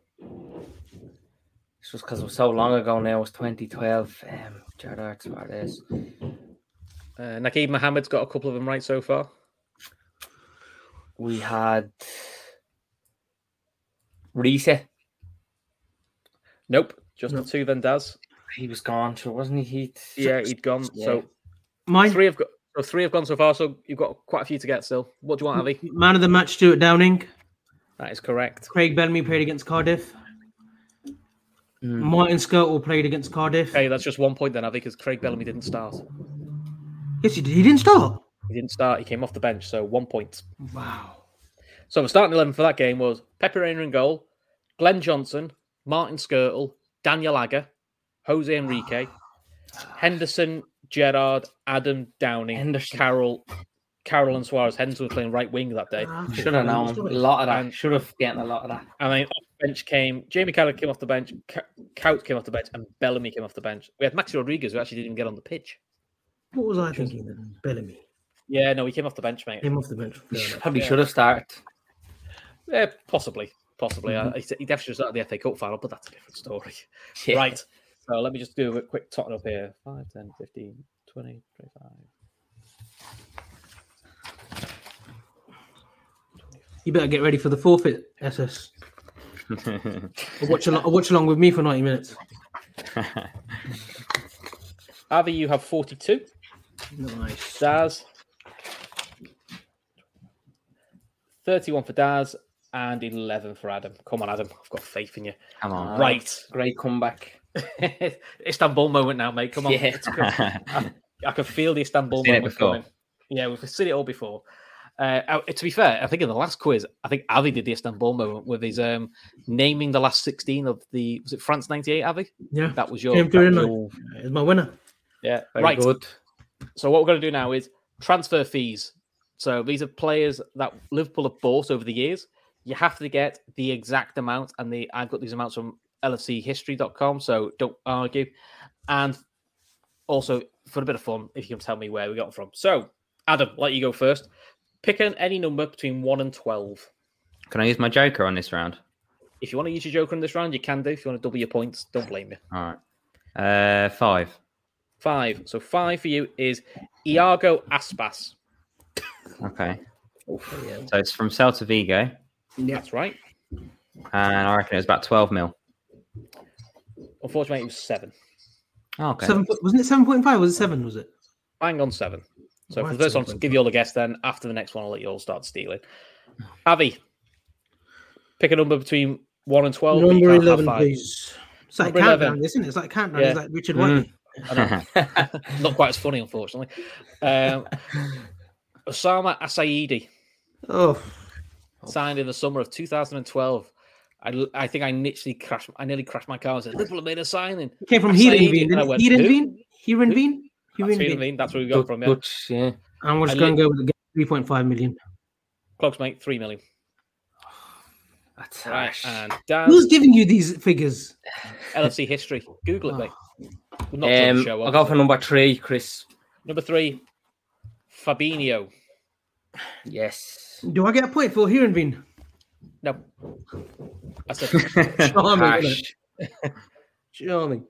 Speaker 4: This was because it was so long ago now. It was 2012. Um, Gerrard Suarez.
Speaker 1: Uh, Nakeem Mohammed's got a couple of them right so far.
Speaker 4: We had. Risa.
Speaker 1: Nope. Just
Speaker 2: Nope.
Speaker 1: the two then Daz.
Speaker 4: He was gone, sure, wasn't he? He
Speaker 1: Yeah, he'd gone. So
Speaker 2: Mine.
Speaker 1: three have got so three have gone so far, so you've got quite a few to get still. What
Speaker 2: Hmm.
Speaker 1: do you want, Avi?
Speaker 2: Man of the match, Stuart Downing.
Speaker 1: That is correct.
Speaker 2: Craig Bellamy played against Cardiff. Martin Skirtle played against Cardiff.
Speaker 1: Okay, that's just one point then, Avi, because Craig Bellamy didn't start.
Speaker 2: Yes, he did. He didn't start.
Speaker 1: He didn't start, he came off the bench, so one point.
Speaker 2: Wow.
Speaker 1: So the starting eleven for that game was Pepe Reina in goal, Glenn Johnson, Martin Skirtle, Daniel Agger, Jose Enrique, Henderson, Gerard, Adam Downing,
Speaker 4: Henderson.
Speaker 1: Carroll, Carroll and Suarez. Henderson was playing right wing that day.
Speaker 2: Ah,
Speaker 4: Should have known a lot of
Speaker 1: Um,
Speaker 4: that. Should have gotten a lot of that.
Speaker 1: I mean, bench came Jamie Carragher came off the bench, Ca- Couch came off the bench, and Bellamy came off the bench. We had Maxi Rodriguez who actually didn't even get on the pitch.
Speaker 2: What was I thinking then? Bellamy
Speaker 1: Yeah, no, he came off the bench, mate.
Speaker 2: came off the bench. Fair enough.
Speaker 4: Probably should have started.
Speaker 1: Yeah, possibly, possibly. Uh, he he definitely was at the FA Cup final, but that's a different story.
Speaker 4: Yeah.
Speaker 1: Right. So let me just do a quick tot up here. 5, 10, 15, 20, 25.
Speaker 2: You better get ready for the forfeit, SS. Or watch, along, or watch along with me for 90 minutes.
Speaker 1: Avi, you have 42.
Speaker 2: Nice.
Speaker 1: Daz. 31 for Daz and 11 for Adam. Come on, Adam. I've got faith in you.
Speaker 3: Come on.
Speaker 1: Right.
Speaker 4: Great comeback.
Speaker 1: Istanbul moment now, mate. Come on.
Speaker 4: Yeah.
Speaker 1: It's good. I can feel the Istanbul
Speaker 3: Seen it
Speaker 1: moment
Speaker 3: before.
Speaker 1: coming. Yeah, we've seen it all before. Uh, uh, to be fair, I think in the last quiz, I think Avi did the Istanbul moment with his um, naming the last sixteen of the was it France ninety eight. Avi,
Speaker 2: Yeah.
Speaker 1: that was your,
Speaker 2: Came through,
Speaker 1: that was
Speaker 2: didn't I?
Speaker 1: your-
Speaker 2: It's my winner.
Speaker 1: yeah.
Speaker 4: Very
Speaker 1: right.
Speaker 4: good.
Speaker 1: So what we're going to do now is transfer fees. So these are players that Liverpool have bought over the years. You have to get the exact amount, and the I've got these amounts from lfchistory.com, so don't argue. And also for a bit of fun, if you can tell me where we got them from. So Adam, I'll let you go first. Pick an, any number between one and twelve.
Speaker 3: Can I use my joker on this round?
Speaker 1: If you want to use your joker in this round, you can do. If you want to double your points, don't blame you.
Speaker 3: All right. Uh, five.
Speaker 1: Five. So five for you is Iago Aspas.
Speaker 3: Okay. So it's from Celta Vigo,
Speaker 1: That's right.
Speaker 3: and I reckon it was about 12 mil.
Speaker 1: Unfortunately, it was seven.
Speaker 3: Oh, okay.
Speaker 2: Seven, po- wasn't it 7.5? Was it 7? Was it?
Speaker 1: Bang on seven. So
Speaker 2: Right,
Speaker 1: for the first one,
Speaker 2: seven.
Speaker 1: give you all a guess. Then after the next one, I'll let you all start stealing. Avi, pick a number between one and twelve. but you
Speaker 2: Number
Speaker 1: can't have
Speaker 2: 11,
Speaker 1: five.
Speaker 2: please. It's like
Speaker 1: Number
Speaker 2: countdown,
Speaker 1: 11.
Speaker 2: isn't it? It's like countdown. It's
Speaker 1: Yeah.
Speaker 2: like Richard
Speaker 4: Mm.
Speaker 2: Whiteley.
Speaker 1: Not quite as funny, unfortunately. Um, Osama Asaidi
Speaker 2: Oh,
Speaker 1: signed in the summer of 2012. I, l- I think I literally crashed. I nearly crashed my car. and said Liverpool have made a signing.
Speaker 2: it came from
Speaker 1: I said
Speaker 2: Heerenveen.
Speaker 1: Eden, and I
Speaker 2: didn't it?
Speaker 1: went,
Speaker 2: Heerenveen? Heerenveen?
Speaker 1: That's, who you
Speaker 2: Heerenveen.
Speaker 1: mean. That's where we got
Speaker 4: Good,
Speaker 1: from. Yeah.
Speaker 4: good, yeah.
Speaker 2: I'm
Speaker 1: I
Speaker 2: just going to go with the 3.5 million.
Speaker 1: Clogs, mate, three million.
Speaker 4: That's
Speaker 1: Right.
Speaker 4: harsh.
Speaker 1: And Dan,
Speaker 2: Who's giving you these figures?
Speaker 1: LFC history. Google it, mate. We're not uh, doing the
Speaker 4: Um,
Speaker 1: show,
Speaker 4: I'll go
Speaker 1: obviously.
Speaker 4: for number three, Chris.
Speaker 1: Number three, Fabinho.
Speaker 4: Yes.
Speaker 2: Do I get a point for Heerenveen?
Speaker 1: No. I said
Speaker 2: Charming.
Speaker 4: Harsh.
Speaker 2: isn't it? Charming.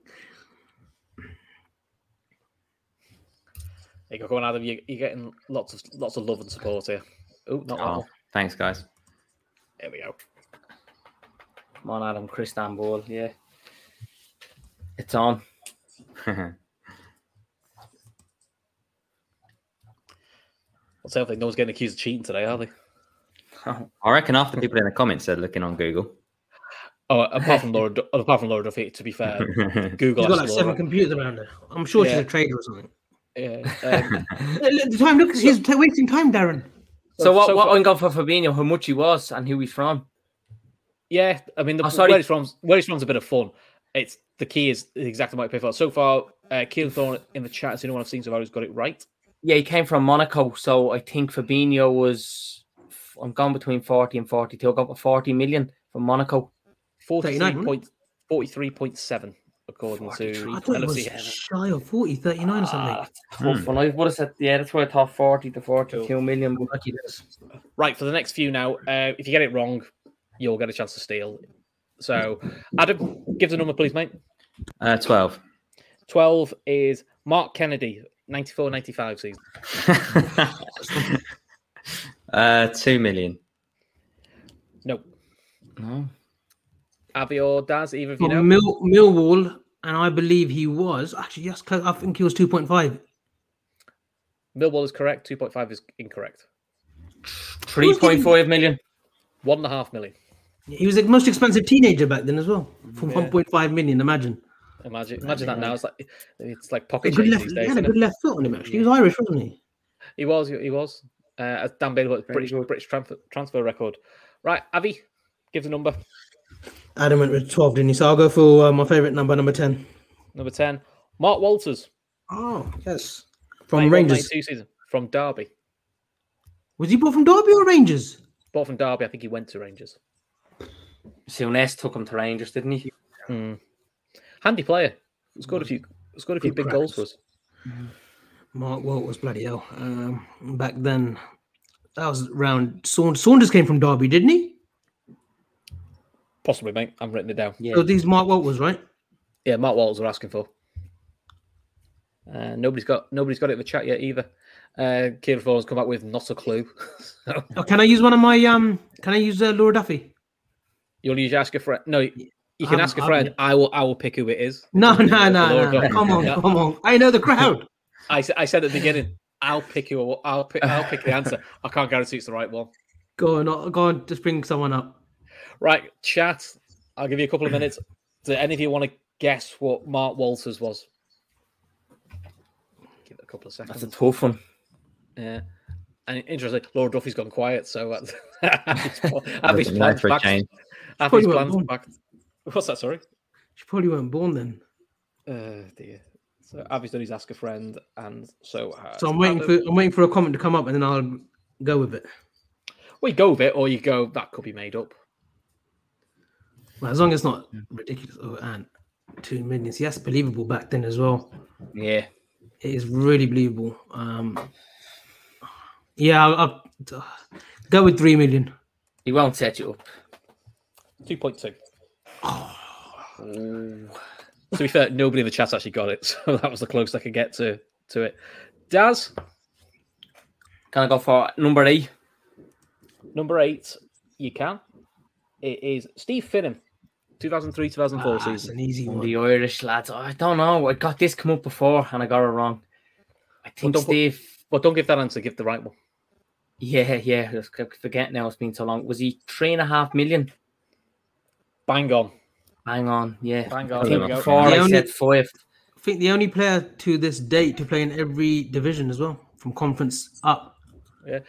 Speaker 1: There you go, go on, Adam. You, you're getting lots of lots of love and support here. Oh, not that
Speaker 3: Oh,
Speaker 1: one.
Speaker 3: thanks, guys.
Speaker 1: There we go.
Speaker 4: Come on, Adam, Chris Ball. Yeah. It's on.
Speaker 1: Let's hopefully no one's getting accused of cheating today, are they?
Speaker 3: I reckon half the people in the comments are looking on Google.
Speaker 1: Oh, apart from Laura, Du- apart from Laura Duffy, to be fair, Google
Speaker 2: He's got like
Speaker 1: asked
Speaker 2: seven
Speaker 1: Laura.
Speaker 2: computers around her. I'm sure
Speaker 1: Yeah.
Speaker 2: she's a trader or something.
Speaker 1: yeah, um,
Speaker 2: Look, look, the time, look, he's t- wasting time, Darren.
Speaker 4: So, what,
Speaker 1: so
Speaker 4: what
Speaker 1: far-
Speaker 4: I'm going for Fabinho, how much he was and who he's from.
Speaker 1: yeah, I mean, the,
Speaker 4: Oh, sorry.
Speaker 1: where it's from, where it's from's a bit of fun. It's the key is the exact amount of pay for. So far, uh, Keelan Thorne in the chat, so anyone I've seen so far who's got it right.
Speaker 4: Yeah, he came from Monaco. So I think Fabinho was, I'm going between 40 and 42. I got for 40 million from Monaco.
Speaker 1: 43
Speaker 2: 39,
Speaker 1: point, 43.7, according to
Speaker 2: I thought it was
Speaker 1: LFC.
Speaker 2: shy of 40, 39 or something.
Speaker 4: Ah, Tough one. I would have said, yeah, that's why I thought 40 to 42 million. but-
Speaker 2: Lucky this.
Speaker 1: Right, for the next few now, uh, if you get it wrong, you'll get a chance to steal. So, Adam, give the number, please, mate.
Speaker 3: Uh, 12.
Speaker 1: 12 is Mark Kennedy, 94 95 season.
Speaker 3: uh, 2 million.
Speaker 1: No.
Speaker 3: No.
Speaker 1: Avi or Daz, either of you
Speaker 2: From
Speaker 1: know?
Speaker 2: Mill, Millwall, and I believe he was actually yes, close. I think he was 2.5.
Speaker 1: Millwall is correct, 2.5 is incorrect.
Speaker 4: 3.5 million.
Speaker 1: One and a half million.
Speaker 2: He was the most expensive teenager back then as well, for 1.5 million. Imagine.
Speaker 1: Imagine, imagine that now. It's like it's like
Speaker 2: A
Speaker 1: pocket
Speaker 2: good
Speaker 1: change
Speaker 2: left,
Speaker 1: these
Speaker 2: he
Speaker 1: days.
Speaker 2: had a
Speaker 1: Isn't
Speaker 2: good
Speaker 1: it?
Speaker 2: left foot on him actually. He was Irish, wasn't he?
Speaker 1: He was, he was. Uh, as Dan Bailey, what, British
Speaker 4: good.
Speaker 1: British transfer, transfer record. Right, Avi, give the number.
Speaker 2: Adam went with 12, didn't he? So I'll go for uh, my favorite number, number 10.
Speaker 1: Number ten, Mark Walters
Speaker 2: Oh yes, from
Speaker 1: 91,
Speaker 2: Rangers.
Speaker 1: 92 season from Derby.
Speaker 2: Was he bought from Derby or Rangers?
Speaker 1: Bought from Derby, I think he went to Rangers.
Speaker 4: Souness took him to Rangers, didn't he?
Speaker 1: Mm. Handy player. Scored a few. Scored a few
Speaker 2: Mm. Good
Speaker 1: big goals for us.
Speaker 2: Mark Walt was bloody hell. Um, back then, that was round. Saunders, Saunders came from Derby, didn't he?
Speaker 1: Possibly, mate. I'm writing it down.
Speaker 4: Yeah.
Speaker 2: So these Mark Walt was right.
Speaker 1: Yeah, Mark Walters are asking for. Uh, nobody's got nobody's got it in the chat yet either. Uh, Kieran Ford's come back with not a clue. so,
Speaker 2: Oh, can I use one of my um? Can I use uh, Laura Duffy?
Speaker 1: you'll usually ask a friend. No, you can
Speaker 2: I'm-
Speaker 1: ask a
Speaker 2: I'm-
Speaker 1: friend. I will. I will pick who it is.
Speaker 2: No,
Speaker 1: Laura
Speaker 2: no, no, no. no.
Speaker 1: Duffy.
Speaker 2: Come on,
Speaker 1: Yeah.
Speaker 2: come on. I know the crowd.
Speaker 1: I, s- I said at the beginning, I'll pick you. a- I'll pick. I'll pick the answer. I can't guarantee it's the right one.
Speaker 2: Go on, uh, go on. Just bring someone up.
Speaker 1: Right, chat. I'll give you a couple of minutes. Do any of you want to guess what Mark Walters was? Give it a couple of seconds.
Speaker 4: That's a tough one.
Speaker 1: Yeah. And interestingly, Laura Duffy's gone quiet, so that's Abby's pl- Abby's
Speaker 3: Doesn't matter
Speaker 1: plans
Speaker 3: for a
Speaker 1: back.
Speaker 3: change.
Speaker 1: Abby's
Speaker 2: Probably won't
Speaker 1: plans
Speaker 2: born.
Speaker 1: back. What's that? Sorry.
Speaker 2: She probably weren't born then.
Speaker 1: Uh, dear. So Abby's done his ask a friend, and so has
Speaker 2: So I'm waiting for
Speaker 1: Adam.
Speaker 2: I'm waiting for a comment to come up, and then I'll go with it.
Speaker 1: Well, you go with it, or you go that could be made up.
Speaker 2: Well, as long as it's not ridiculous. Oh, and two million. See, that's believable back then as well.
Speaker 4: Yeah.
Speaker 2: It is really believable. Um, yeah, I'll, I'll uh, go with three million.
Speaker 4: He won't set you up.
Speaker 1: Two point two. to be fair, nobody in the chat actually got it, so that was the closest I could get to to it. Daz,
Speaker 4: Can I go for number eight?
Speaker 1: number eight, you can. It is Steve Finnan, 2003 2004
Speaker 2: Ah, it's
Speaker 1: season.
Speaker 2: an easy
Speaker 4: From
Speaker 2: one.
Speaker 4: the Irish lads. I don't know. I got this come up before and I got it wrong. I think
Speaker 1: don't put-
Speaker 4: Steve.
Speaker 1: Well, don't give that answer, give the right one.
Speaker 4: Yeah, yeah. I was- I forget now. It's been so long. Was he three and a half million?
Speaker 1: Bang on.
Speaker 4: Hang on. Yeah.
Speaker 1: Bang
Speaker 4: I
Speaker 1: on.
Speaker 4: think
Speaker 1: There we go.
Speaker 4: before
Speaker 2: The
Speaker 4: I
Speaker 2: only-
Speaker 4: said five.
Speaker 2: I think the only player to this date to play in every division as well, from conference up.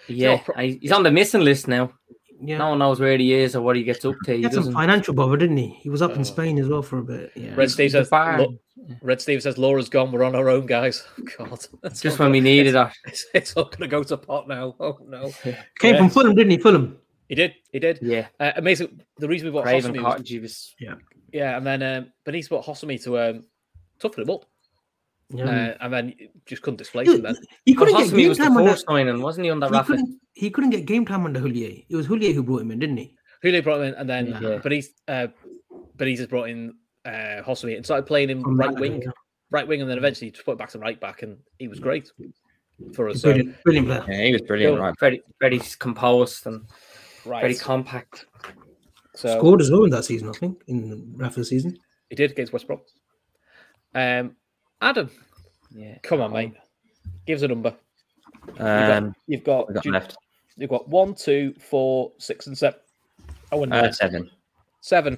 Speaker 4: Yeah.
Speaker 1: not pro-
Speaker 4: I- he's on the missing list now.
Speaker 2: Yeah,
Speaker 4: No one knows where he is or what he gets up to. He
Speaker 2: he had some
Speaker 4: doesn't. Uh,
Speaker 2: financial bother, didn't he? He was up
Speaker 1: Oh.
Speaker 2: in Spain as well for a bit. Yeah.
Speaker 1: Red Steve
Speaker 4: the
Speaker 1: says.
Speaker 4: bar-
Speaker 1: "Lo- Red Steve says Laura's gone. We're on our own, guys. God, that's
Speaker 4: Just
Speaker 1: all
Speaker 4: when we
Speaker 1: gonna-
Speaker 4: needed her.
Speaker 1: It's, it's all going to go to pot now. Oh no,
Speaker 2: Came
Speaker 1: Yeah.
Speaker 2: from Fulham, didn't he? Fulham.
Speaker 1: he did. He did.
Speaker 4: Yeah.
Speaker 1: Uh, amazing. The reason we bought
Speaker 4: Craven
Speaker 1: Hossamy, was,
Speaker 4: Cottage. He was.
Speaker 1: yeah, and then um, Benitez bought Hossamy to um, toughen him up,
Speaker 2: Yeah.
Speaker 1: uh, and then just couldn't displace him. Then
Speaker 2: he
Speaker 4: Because
Speaker 2: couldn't get
Speaker 4: Hossamy
Speaker 2: game
Speaker 4: was the
Speaker 2: time under.
Speaker 4: first signing, wasn't he, under
Speaker 2: He
Speaker 4: Rafa?
Speaker 2: couldn't, he couldn't get game time under Houllier. It was Houllier who brought him in, didn't he?
Speaker 1: Julio brought him in, and then
Speaker 4: Yeah.
Speaker 1: Benitez, uh, Benitez has brought in uh, Hossamy and started playing him
Speaker 2: From
Speaker 1: right
Speaker 2: Malaga,
Speaker 1: wing,
Speaker 2: yeah.
Speaker 1: right wing, and then eventually just put him back to right back, and he was great for us. um, So,
Speaker 2: Brilliant, brilliant player.
Speaker 3: Yeah, he was brilliant.
Speaker 1: Go-
Speaker 3: Right.
Speaker 4: Very, very composed and very
Speaker 1: right,
Speaker 4: compact.
Speaker 1: so
Speaker 2: Scored as well in that season, I think, in Rafa's season.
Speaker 1: he did against West Brom. Um, Adam,
Speaker 4: Yeah.
Speaker 1: Come on, mate. Give us a number.
Speaker 3: Um,
Speaker 1: You've got, you've
Speaker 3: we got
Speaker 1: got,
Speaker 3: left
Speaker 1: you've got one, two, four, six, and seven. Oh, and
Speaker 3: uh,
Speaker 1: nine.
Speaker 3: seven.
Speaker 1: seven.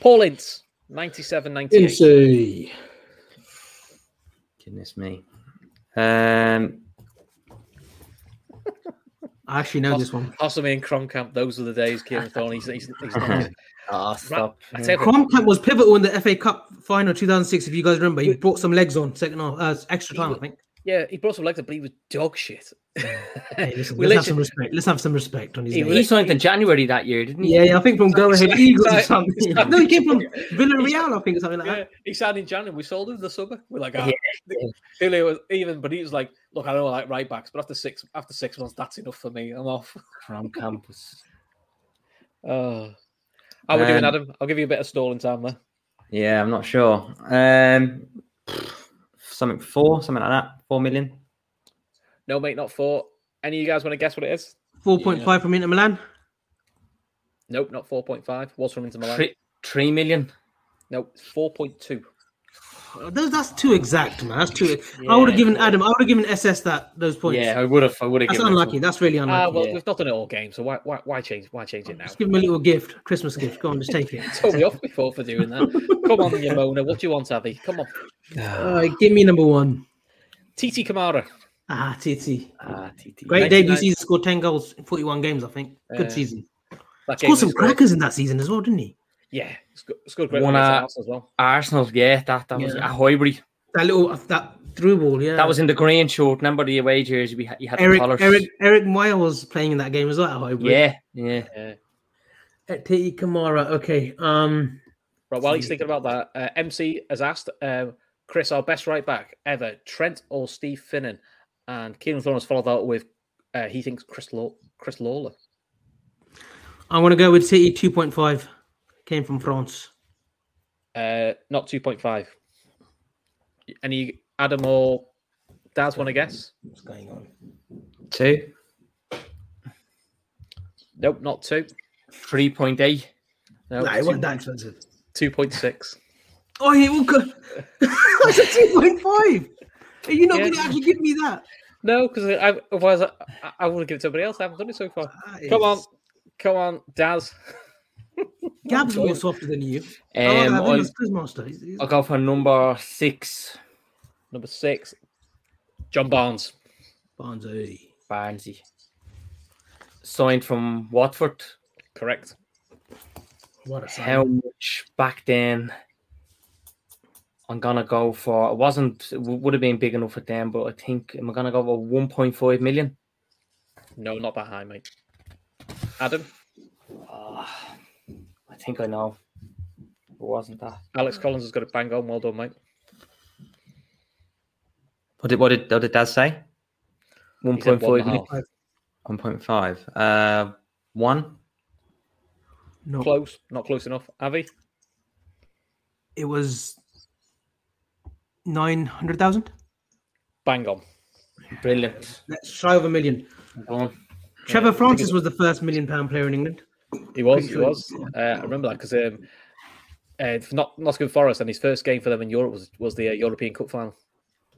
Speaker 1: Paul Ince, 97, 98.
Speaker 2: Insane.
Speaker 3: Goodness me. Um,
Speaker 2: I actually know this one.
Speaker 1: Hossamy and Cromkamp, those are the days. Kieran Thorne, he's, he's, he's not.
Speaker 4: Oh, stop.
Speaker 1: I
Speaker 4: Yeah.
Speaker 1: tell you what,
Speaker 2: Cromkamp was pivotal in the FA Cup final 2006. If you guys remember, he brought some legs on second half, uh, extra time, I think.
Speaker 1: yeah, he brought some legs up, but he was dog shit.
Speaker 2: Hey, listen,
Speaker 1: we
Speaker 2: let's have some
Speaker 1: literally,
Speaker 2: respect. Let's have some respect on his
Speaker 1: He
Speaker 2: name.
Speaker 4: He signed in January that year, didn't he?
Speaker 2: Yeah, yeah, I think from Go Ahead
Speaker 1: Exactly,
Speaker 2: Eagles or
Speaker 1: exactly,
Speaker 2: something.
Speaker 1: exactly.
Speaker 2: No, he came from Villarreal, I think, or something like
Speaker 1: yeah,
Speaker 2: that.
Speaker 1: he signed in January. We sold him in the summer. We're like, ah.
Speaker 4: Yeah.
Speaker 1: Julio was even, but he was like, look, I don't like right backs, but after six after six months, that's enough for me. I'm off.
Speaker 4: From campus.
Speaker 1: Oh. How we doing,
Speaker 3: Um,
Speaker 1: Adam? I'll give you a bit of stalling time there.
Speaker 3: yeah, I'm not sure. Um, something four, something like that. Four million.
Speaker 1: No, mate, not four. Any of you guys want to guess what it is?
Speaker 2: 4.5 from Inter Milan.
Speaker 1: Nope, not 4.5. Was from Inter Milan.
Speaker 4: Three, three million.
Speaker 1: Nope, it's 4.2.
Speaker 2: Those, that's too exact, man. That's too. I would have given Adam. I would have given SS that those points.
Speaker 4: Yeah, I would have. I would have
Speaker 2: that's
Speaker 4: given. it to
Speaker 2: unlucky.
Speaker 4: him.
Speaker 2: That's really
Speaker 1: Ah,
Speaker 2: unlucky.
Speaker 1: well,
Speaker 4: yeah.
Speaker 1: we've not done it all game, so why why, why change why change it now?
Speaker 2: Just give him a little gift, Christmas gift. Go on, just take it.
Speaker 1: Told me off before for doing that. Come on, you Mona. What do you want, Abby? Come on.
Speaker 2: All right, give me number one.
Speaker 1: TT Kamara.
Speaker 2: Ah, TT.
Speaker 4: Ah, TT.
Speaker 2: Great
Speaker 1: 99.
Speaker 2: debut season. Scored 10 goals in 41 games, I think. Good
Speaker 1: Uh,
Speaker 2: season.
Speaker 1: That game
Speaker 2: Scored some
Speaker 1: was great.
Speaker 2: crackers in that season as well, didn't he?
Speaker 1: Yeah, sco- scored great
Speaker 4: One,
Speaker 1: one
Speaker 4: uh,
Speaker 1: as well.
Speaker 4: Arsenal. Yeah, that that was
Speaker 2: Yeah.
Speaker 4: a Highbury.
Speaker 2: That little uh, that through ball, yeah.
Speaker 4: That was in the green shirt. Remember the away jersey we had? You had the
Speaker 2: Eric
Speaker 4: colours.
Speaker 2: Eric Eric Meyer was playing in that game as well. I hope.
Speaker 4: Yeah, yeah.
Speaker 1: Yeah.
Speaker 2: Ete Uh, Kamara. Okay. Um.
Speaker 1: Right, while he's thinking about that, uh, MC has asked um, Chris, our best right back ever, Trent or Steve Finnan, and Keenan Thorne has followed that with uh, he thinks Chris Law- Chris Lawler.
Speaker 2: I want to go with City 2.5. Came from France.
Speaker 1: Uh, not two point five. Any Adam or Daz want to guess?
Speaker 5: What's going on?
Speaker 3: Two.
Speaker 1: Nope, not two.
Speaker 4: Three point eight.
Speaker 1: No,
Speaker 2: Nah, it wasn't that expensive.
Speaker 1: two point six.
Speaker 2: Oh, he will go. That's a 2.5. Are you not
Speaker 1: Yeah.
Speaker 2: going to actually give me that?
Speaker 1: No, because I, otherwise I, I, I want to give it to somebody else. I haven't done it so far.
Speaker 2: That
Speaker 1: Come on,
Speaker 2: is-
Speaker 1: come on, Daz.
Speaker 2: Gab's more softer than you.
Speaker 4: Um,
Speaker 2: oh,
Speaker 4: I'll,
Speaker 2: I've Quizmaster. He's, he's...
Speaker 4: I'll go for number six,
Speaker 1: Number six, John Barnes.
Speaker 2: Barnes, eh.
Speaker 4: Barnsley. Signed from Watford.
Speaker 1: Correct.
Speaker 2: What a
Speaker 4: How
Speaker 2: sign.
Speaker 4: much back then? I'm gonna go for. It wasn't. It would have been big enough for them, but I think am I gonna go for 1.5 million?
Speaker 1: No, not that high, mate. Adam,
Speaker 4: Ah, I think I know. It wasn't that.
Speaker 1: Alex Collins has got it bang on. Well done, mate.
Speaker 3: What did what did what did Daz say?
Speaker 1: He said one and
Speaker 4: 1.5
Speaker 1: a
Speaker 4: million.
Speaker 1: half.
Speaker 3: One point five. Uh, one.
Speaker 2: No,
Speaker 1: Close, not close enough. Avi,
Speaker 2: it was 900,000.
Speaker 1: bang on.
Speaker 4: Brilliant.
Speaker 2: That's shy of a million.
Speaker 4: Go on.
Speaker 2: Trevor Francis was the first million pound player in England.
Speaker 1: He was.
Speaker 2: Pretty
Speaker 1: He
Speaker 2: sure he
Speaker 1: was. Uh, I remember that because um, uh, for not Nottingham Forest and his first game for them in Europe was was the uh, European Cup final.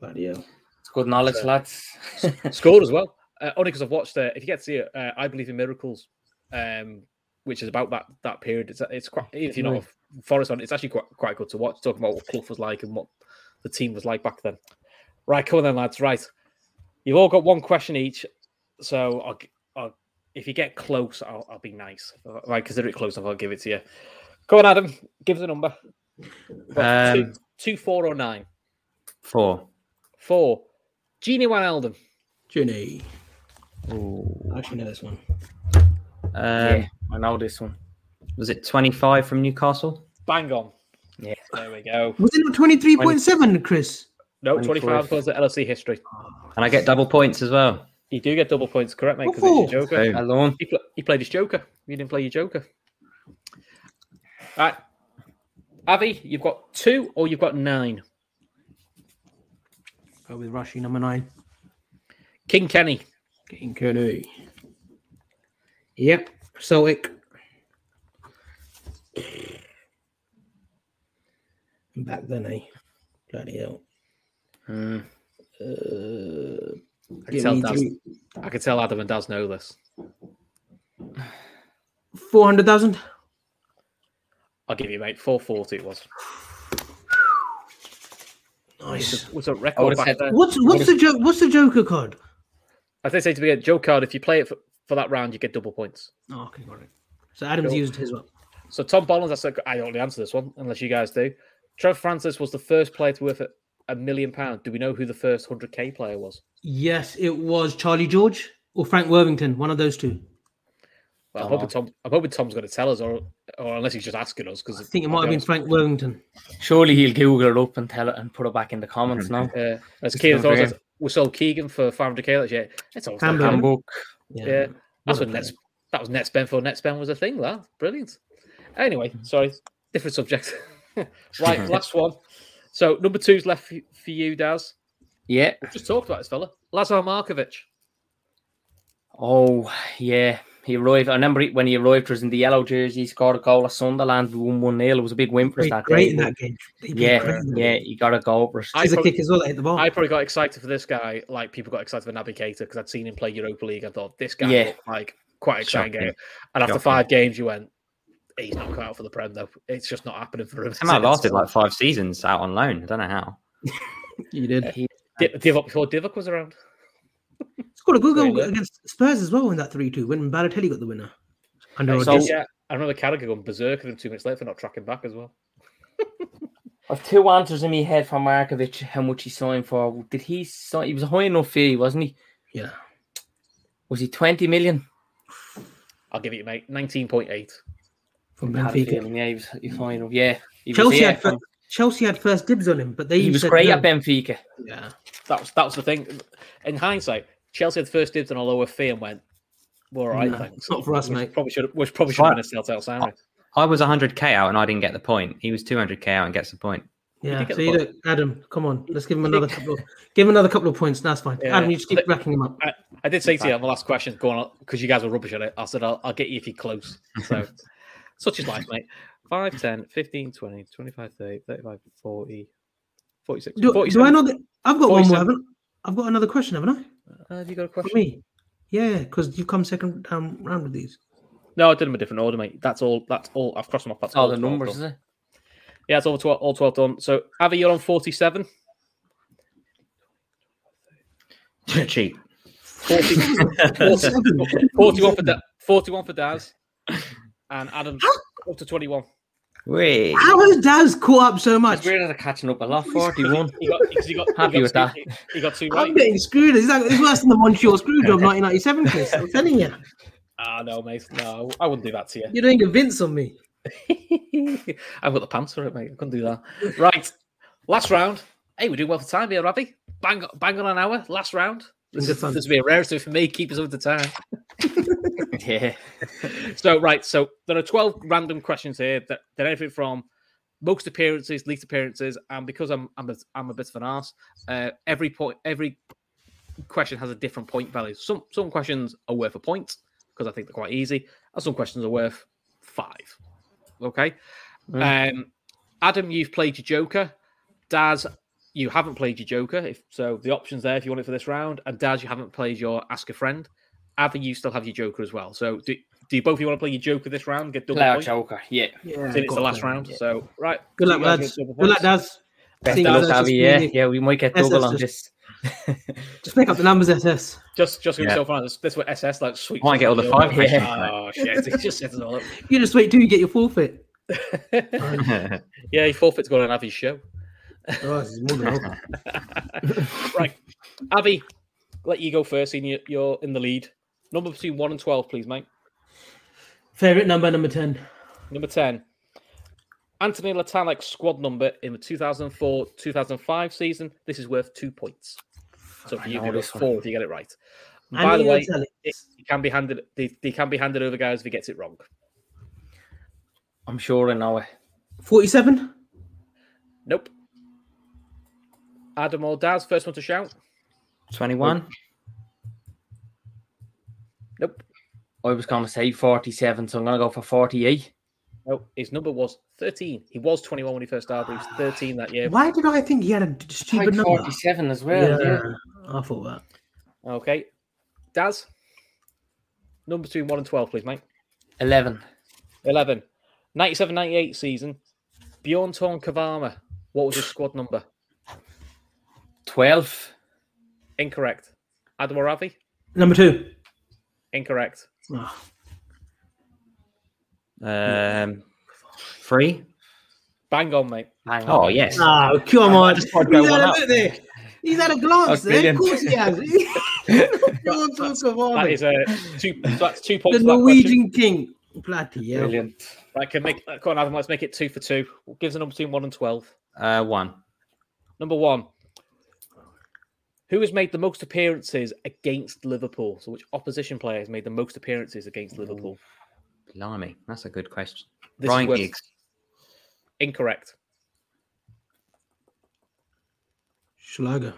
Speaker 5: Bloody hell.
Speaker 4: It's good knowledge, lads.
Speaker 1: scored as well. Uh, only because I've watched. Uh, if you get to see it, uh, I believe in miracles, um, which is about that that period. It's it's quite if you're not a Forest on, it's actually quite quite good to watch. Talking about what Clough was like and what the team was like back then. Right, come on then, lads. Right, you've all got one question each. So I'll, gi- I'll, if you get close, I'll, I'll be nice. If I consider it close enough, I'll give it to you. Come on, Adam. Give us a number. Got two,
Speaker 3: Um,
Speaker 1: two, four, or nine.
Speaker 3: Four.
Speaker 1: Four. Genie Van Elden.
Speaker 2: Ginny.
Speaker 3: Ooh.
Speaker 5: I actually know this one.
Speaker 3: Um,
Speaker 4: yeah, I know this one.
Speaker 3: Was it twenty five from Newcastle?
Speaker 1: Bang on.
Speaker 4: Yeah.
Speaker 1: There we go.
Speaker 2: Was it not 23.7, Chris?
Speaker 1: No,
Speaker 4: 24th.
Speaker 1: 25 points at LFC history.
Speaker 3: And I get double points as well.
Speaker 1: You do get double points, correct, mate? Because
Speaker 2: Oh.
Speaker 1: it's your joker.
Speaker 3: Boom.
Speaker 4: Alone.
Speaker 1: He, pl- he played his joker. You didn't play your joker. All right. Avi, you've got two or you've got nine.
Speaker 2: Go Oh, with Rashi, number nine.
Speaker 1: King Kenny.
Speaker 2: Getting Kenny. Yep. Celtic.
Speaker 5: Back then, eh? Bloody hell.
Speaker 4: Mm.
Speaker 5: Uh,
Speaker 1: I can,
Speaker 5: give
Speaker 1: tell
Speaker 5: me
Speaker 1: Daz,
Speaker 5: three-
Speaker 1: I can tell Adam and Daz know this.
Speaker 2: 400,000.
Speaker 1: I'll give you, mate. 440 it was.
Speaker 2: Nice.
Speaker 1: It was a
Speaker 4: I would
Speaker 1: record
Speaker 4: have
Speaker 1: back
Speaker 4: said
Speaker 1: then.
Speaker 2: What's what's the joke? What's the Joker card?
Speaker 1: As they say to me, a joke card, if you play it for, for that round, you get double points.
Speaker 2: Oh, okay, got it. So Adams
Speaker 1: Sure.
Speaker 2: used his one.
Speaker 1: So Tom Bollins, that's a, I don't really answer this one unless you guys do. Trevor Francis was the first player to worth a, a million pound. Do we know who the first 100k player was?
Speaker 2: Yes, it was Charlie George or Frank Worthington, one of those two.
Speaker 1: Well, I'm
Speaker 4: Don't
Speaker 1: hoping Tom. I'm hoping Tom's going to tell us, or or unless he's just asking us, because
Speaker 2: I think it might have been Frank Worthington.
Speaker 4: Surely he'll Google it up and tell it and put it back in the comments now.
Speaker 1: Uh, as Keegan
Speaker 3: not fair.
Speaker 1: says, we sold Keegan for 500k last year. It's all
Speaker 2: Campbell.
Speaker 1: Campbell.
Speaker 4: Handbook.
Speaker 1: Yeah, that's what Nets. That was Nets Ben for Nets Ben was a thing. That brilliant. Anyway, sorry, different subject. right, last one. So number two's left for- for you, Daz.
Speaker 4: Yeah.
Speaker 1: We've just talked about this fella, Lazar Markovic.
Speaker 4: Oh, yeah. He arrived. I remember he- when he arrived, he was in the yellow jersey. He scored a goal at Sunderland. We won 1 0. It was a big win for us
Speaker 2: Played
Speaker 4: that
Speaker 2: great
Speaker 4: day.
Speaker 2: in that game. He played great
Speaker 4: yeah,
Speaker 2: in that
Speaker 4: yeah,
Speaker 2: game.
Speaker 4: he got a goal for us.
Speaker 1: I
Speaker 2: He's a
Speaker 1: probably-
Speaker 2: kick as well that hit
Speaker 3: Oh.
Speaker 2: the ball.
Speaker 1: I probably got excited for this guy, like people got excited for Naby Keita because I'd seen him play Europa League. I thought this guy
Speaker 4: Yeah.
Speaker 1: looked like quite an exciting
Speaker 3: Shocking.
Speaker 1: game. And after
Speaker 3: Shocking.
Speaker 1: five games, you went, he's not cut out for the Prem though. It's just not happening for him.
Speaker 3: Somehow lasted like five seasons out on loan. I don't know how.
Speaker 2: you did.
Speaker 1: Di- Divock before Divock was around.
Speaker 2: Scored a good
Speaker 1: Very
Speaker 2: goal
Speaker 1: good.
Speaker 2: against Spurs as well in that 3 2 when Balotelli got the winner. Under
Speaker 4: So-
Speaker 2: Rodgers.
Speaker 1: yeah, I remember Carragher going berserk at him two minutes later for not tracking back as well.
Speaker 4: I've two answers in my head for Markovic. How much he signed for? Did he sign? He was a high enough fee, wasn't he?
Speaker 2: Yeah.
Speaker 4: Was he 20 million?
Speaker 1: I'll give it you, mate. 19.8.
Speaker 5: from
Speaker 4: I had a
Speaker 5: Benfica.
Speaker 4: feeling, yeah, he was, he was fine. Yeah, he was
Speaker 2: Chelsea
Speaker 4: here
Speaker 2: had first, Chelsea had first dibs on him, but they
Speaker 4: he was
Speaker 2: said
Speaker 4: great
Speaker 2: no.
Speaker 4: at Benfica.
Speaker 2: Yeah.
Speaker 1: That was that was the thing. In hindsight, Chelsea had the first dibs on a lower fee and went, "Well, all right,
Speaker 2: No,
Speaker 1: thanks."
Speaker 2: it's not for us,
Speaker 1: which
Speaker 2: mate.
Speaker 1: Probably should which probably should have
Speaker 3: Right.
Speaker 1: been a telltale sign.
Speaker 3: I was 100k out and I didn't get the point. He was 200k out and gets the point.
Speaker 2: Yeah,
Speaker 1: did get
Speaker 2: so
Speaker 1: the
Speaker 2: you
Speaker 1: point.
Speaker 2: don't, Adam, come on, let's give him another couple. Of, give him another couple of points. That's fine.
Speaker 1: Yeah.
Speaker 2: Adam, you just keep racking him up.
Speaker 1: I, I did say to you on the last question, going on because you guys were rubbish at it. I said, I'll, I'll get you if you're close. So, such is life, mate. 5, 10, 15, 20, 25, 30, 35, 40, 46.
Speaker 2: Do, do
Speaker 1: 47.
Speaker 2: I know that I've got one
Speaker 1: 47.
Speaker 2: more? Haven't I? I've got another question, haven't I?
Speaker 1: Uh, have you got a
Speaker 2: For
Speaker 1: question?
Speaker 2: me? Yeah, because you come second um, round with these.
Speaker 1: No, I did them a different order, mate. That's all. That's all. I've crossed them off. That's
Speaker 4: It's all the
Speaker 1: 12
Speaker 4: numbers,
Speaker 1: done.
Speaker 4: is it?
Speaker 1: Yeah, it's all 12, all 12 done. So, Avi, you're on 47.
Speaker 3: Cheap.
Speaker 1: 40, 41 for da- 41 for Daz. And Adam up to 21.
Speaker 3: Wait.
Speaker 2: How has Daz caught up so
Speaker 4: It's
Speaker 2: much?
Speaker 4: weird that are catching up a lot. Forty-one.
Speaker 1: He got, 'cause he got, he
Speaker 4: Happy
Speaker 1: got
Speaker 4: with
Speaker 1: two-
Speaker 4: that.
Speaker 1: He, he got two
Speaker 2: I'm
Speaker 1: right.
Speaker 2: getting screwed. It's, like, it's worse than the Montreal Screwjob 1997, Chris. I'm telling you,
Speaker 1: Ah, no, mate. No, I wouldn't do that to you.
Speaker 2: you're doing a Vince on me.
Speaker 1: I've got the pants for it, mate. I couldn't do that. Right. Last round. Hey, we're doing well for time here, Ravi. Bang, bang on an hour. Last round. This,
Speaker 2: Good
Speaker 1: is,
Speaker 2: fun.
Speaker 1: this will be a rarity for me. Keep us over the time.
Speaker 4: yeah.
Speaker 1: So, right. So, there are 12 random questions here that, that anything from most appearances, least appearances. And because I'm I'm a, I'm a bit of an arse, uh, every point, every question has a different point value. Some some questions are worth a point because I think they're quite easy, and some questions are worth five. Okay.
Speaker 2: Mm.
Speaker 1: Um, Adam, you've played your Joker. Daz, you haven't played your Joker. If so, the options there if you want it for this round. And Daz, you haven't played your Ask a Friend. Avi, you still have your Joker as well. So do, do you both of you want to play your Joker this round? Get double
Speaker 4: Player
Speaker 1: points.
Speaker 4: choker. Yeah.
Speaker 2: Yeah,
Speaker 1: Since it's the
Speaker 2: got
Speaker 1: last
Speaker 2: to.
Speaker 1: round. So right.
Speaker 2: Good
Speaker 1: so
Speaker 2: luck,
Speaker 1: you guys
Speaker 2: lads.
Speaker 1: get double
Speaker 2: Good luck,
Speaker 1: points.
Speaker 2: Daz. I
Speaker 4: Best
Speaker 2: think
Speaker 4: of luck,
Speaker 2: that's just
Speaker 4: Avi. Yeah.
Speaker 2: really-
Speaker 4: Yeah. We might get
Speaker 2: That's
Speaker 4: double
Speaker 2: us
Speaker 4: on
Speaker 2: just-
Speaker 4: this.
Speaker 2: Just pick up the numbers, SS.
Speaker 1: Just just for
Speaker 3: Yeah.
Speaker 1: yourself and others. This what SS like sweet.
Speaker 3: Might get all the five questions, mate.
Speaker 1: Oh shit! It just sets us all up.
Speaker 2: You just wait till you get your forfeit.
Speaker 1: yeah, he forfeits going on Avi's show.
Speaker 2: Oh, this is more than helpful.
Speaker 1: right, Avi, let you go first. And you- you're in the lead. Number between one and twelve, please, mate.
Speaker 5: Favorite number number ten.
Speaker 1: Number 10, Anthony Latanek's squad number in the 2004 2005 season. This is worth two points. So for you,
Speaker 4: know
Speaker 1: it goes
Speaker 4: this one.
Speaker 1: four if you get it right. And by
Speaker 2: Andy
Speaker 1: the way,
Speaker 2: Gonzalez.
Speaker 1: it, it can be handed. They, they can be handed over, guys, if he gets it wrong.
Speaker 4: I'm sure I know it.
Speaker 2: 47?
Speaker 1: Nope. Adam or Daz, first one to shout.
Speaker 3: 21.
Speaker 1: Nope.
Speaker 4: I was gonna say forty-seven, so I'm gonna go for forty-eight.
Speaker 1: Nope. His number was 13. He was 21 when he first started. but He was 13 that year.
Speaker 2: Why did I think he had a d- stupid
Speaker 4: Like
Speaker 2: number?
Speaker 4: forty-seven as
Speaker 2: Yeah,
Speaker 4: well. yeah.
Speaker 2: I thought that.
Speaker 1: Okay. Daz, number between 1 and 12, please, mate.
Speaker 4: Eleven.
Speaker 1: 11. 97 98 season. Bjorn Torn Kavama. What was his squad number?
Speaker 4: 12.
Speaker 1: Incorrect. Adam or Ravi?
Speaker 2: Number two.
Speaker 1: Incorrect.
Speaker 2: Oh,
Speaker 3: Um, three.
Speaker 1: Bang on, mate.
Speaker 4: Hang on.
Speaker 3: Oh, yes.
Speaker 2: oh, come on.
Speaker 3: just
Speaker 2: He's
Speaker 3: thought I'd go one
Speaker 2: had a
Speaker 3: up.
Speaker 2: look there. He's had a glance
Speaker 3: That's
Speaker 2: there. Of
Speaker 3: brilliant.
Speaker 2: course he has. Go on, talk about
Speaker 1: That is
Speaker 2: it.
Speaker 1: uh, two. So that's two points. for that
Speaker 2: the
Speaker 1: question.
Speaker 2: Norwegian king. Bloody hell.
Speaker 4: Brilliant.
Speaker 1: Right, can make. uh, Come on, Adam. Let's make it two for two. What gives a number between one and twelve?
Speaker 3: Uh, one.
Speaker 1: Number one. Who has made the most appearances against Liverpool? So, which opposition player has made the most appearances against Liverpool?
Speaker 3: Blimey. That's a good question.
Speaker 1: This
Speaker 3: Brian
Speaker 1: was-
Speaker 3: Giggs.
Speaker 1: Incorrect.
Speaker 2: Schlager.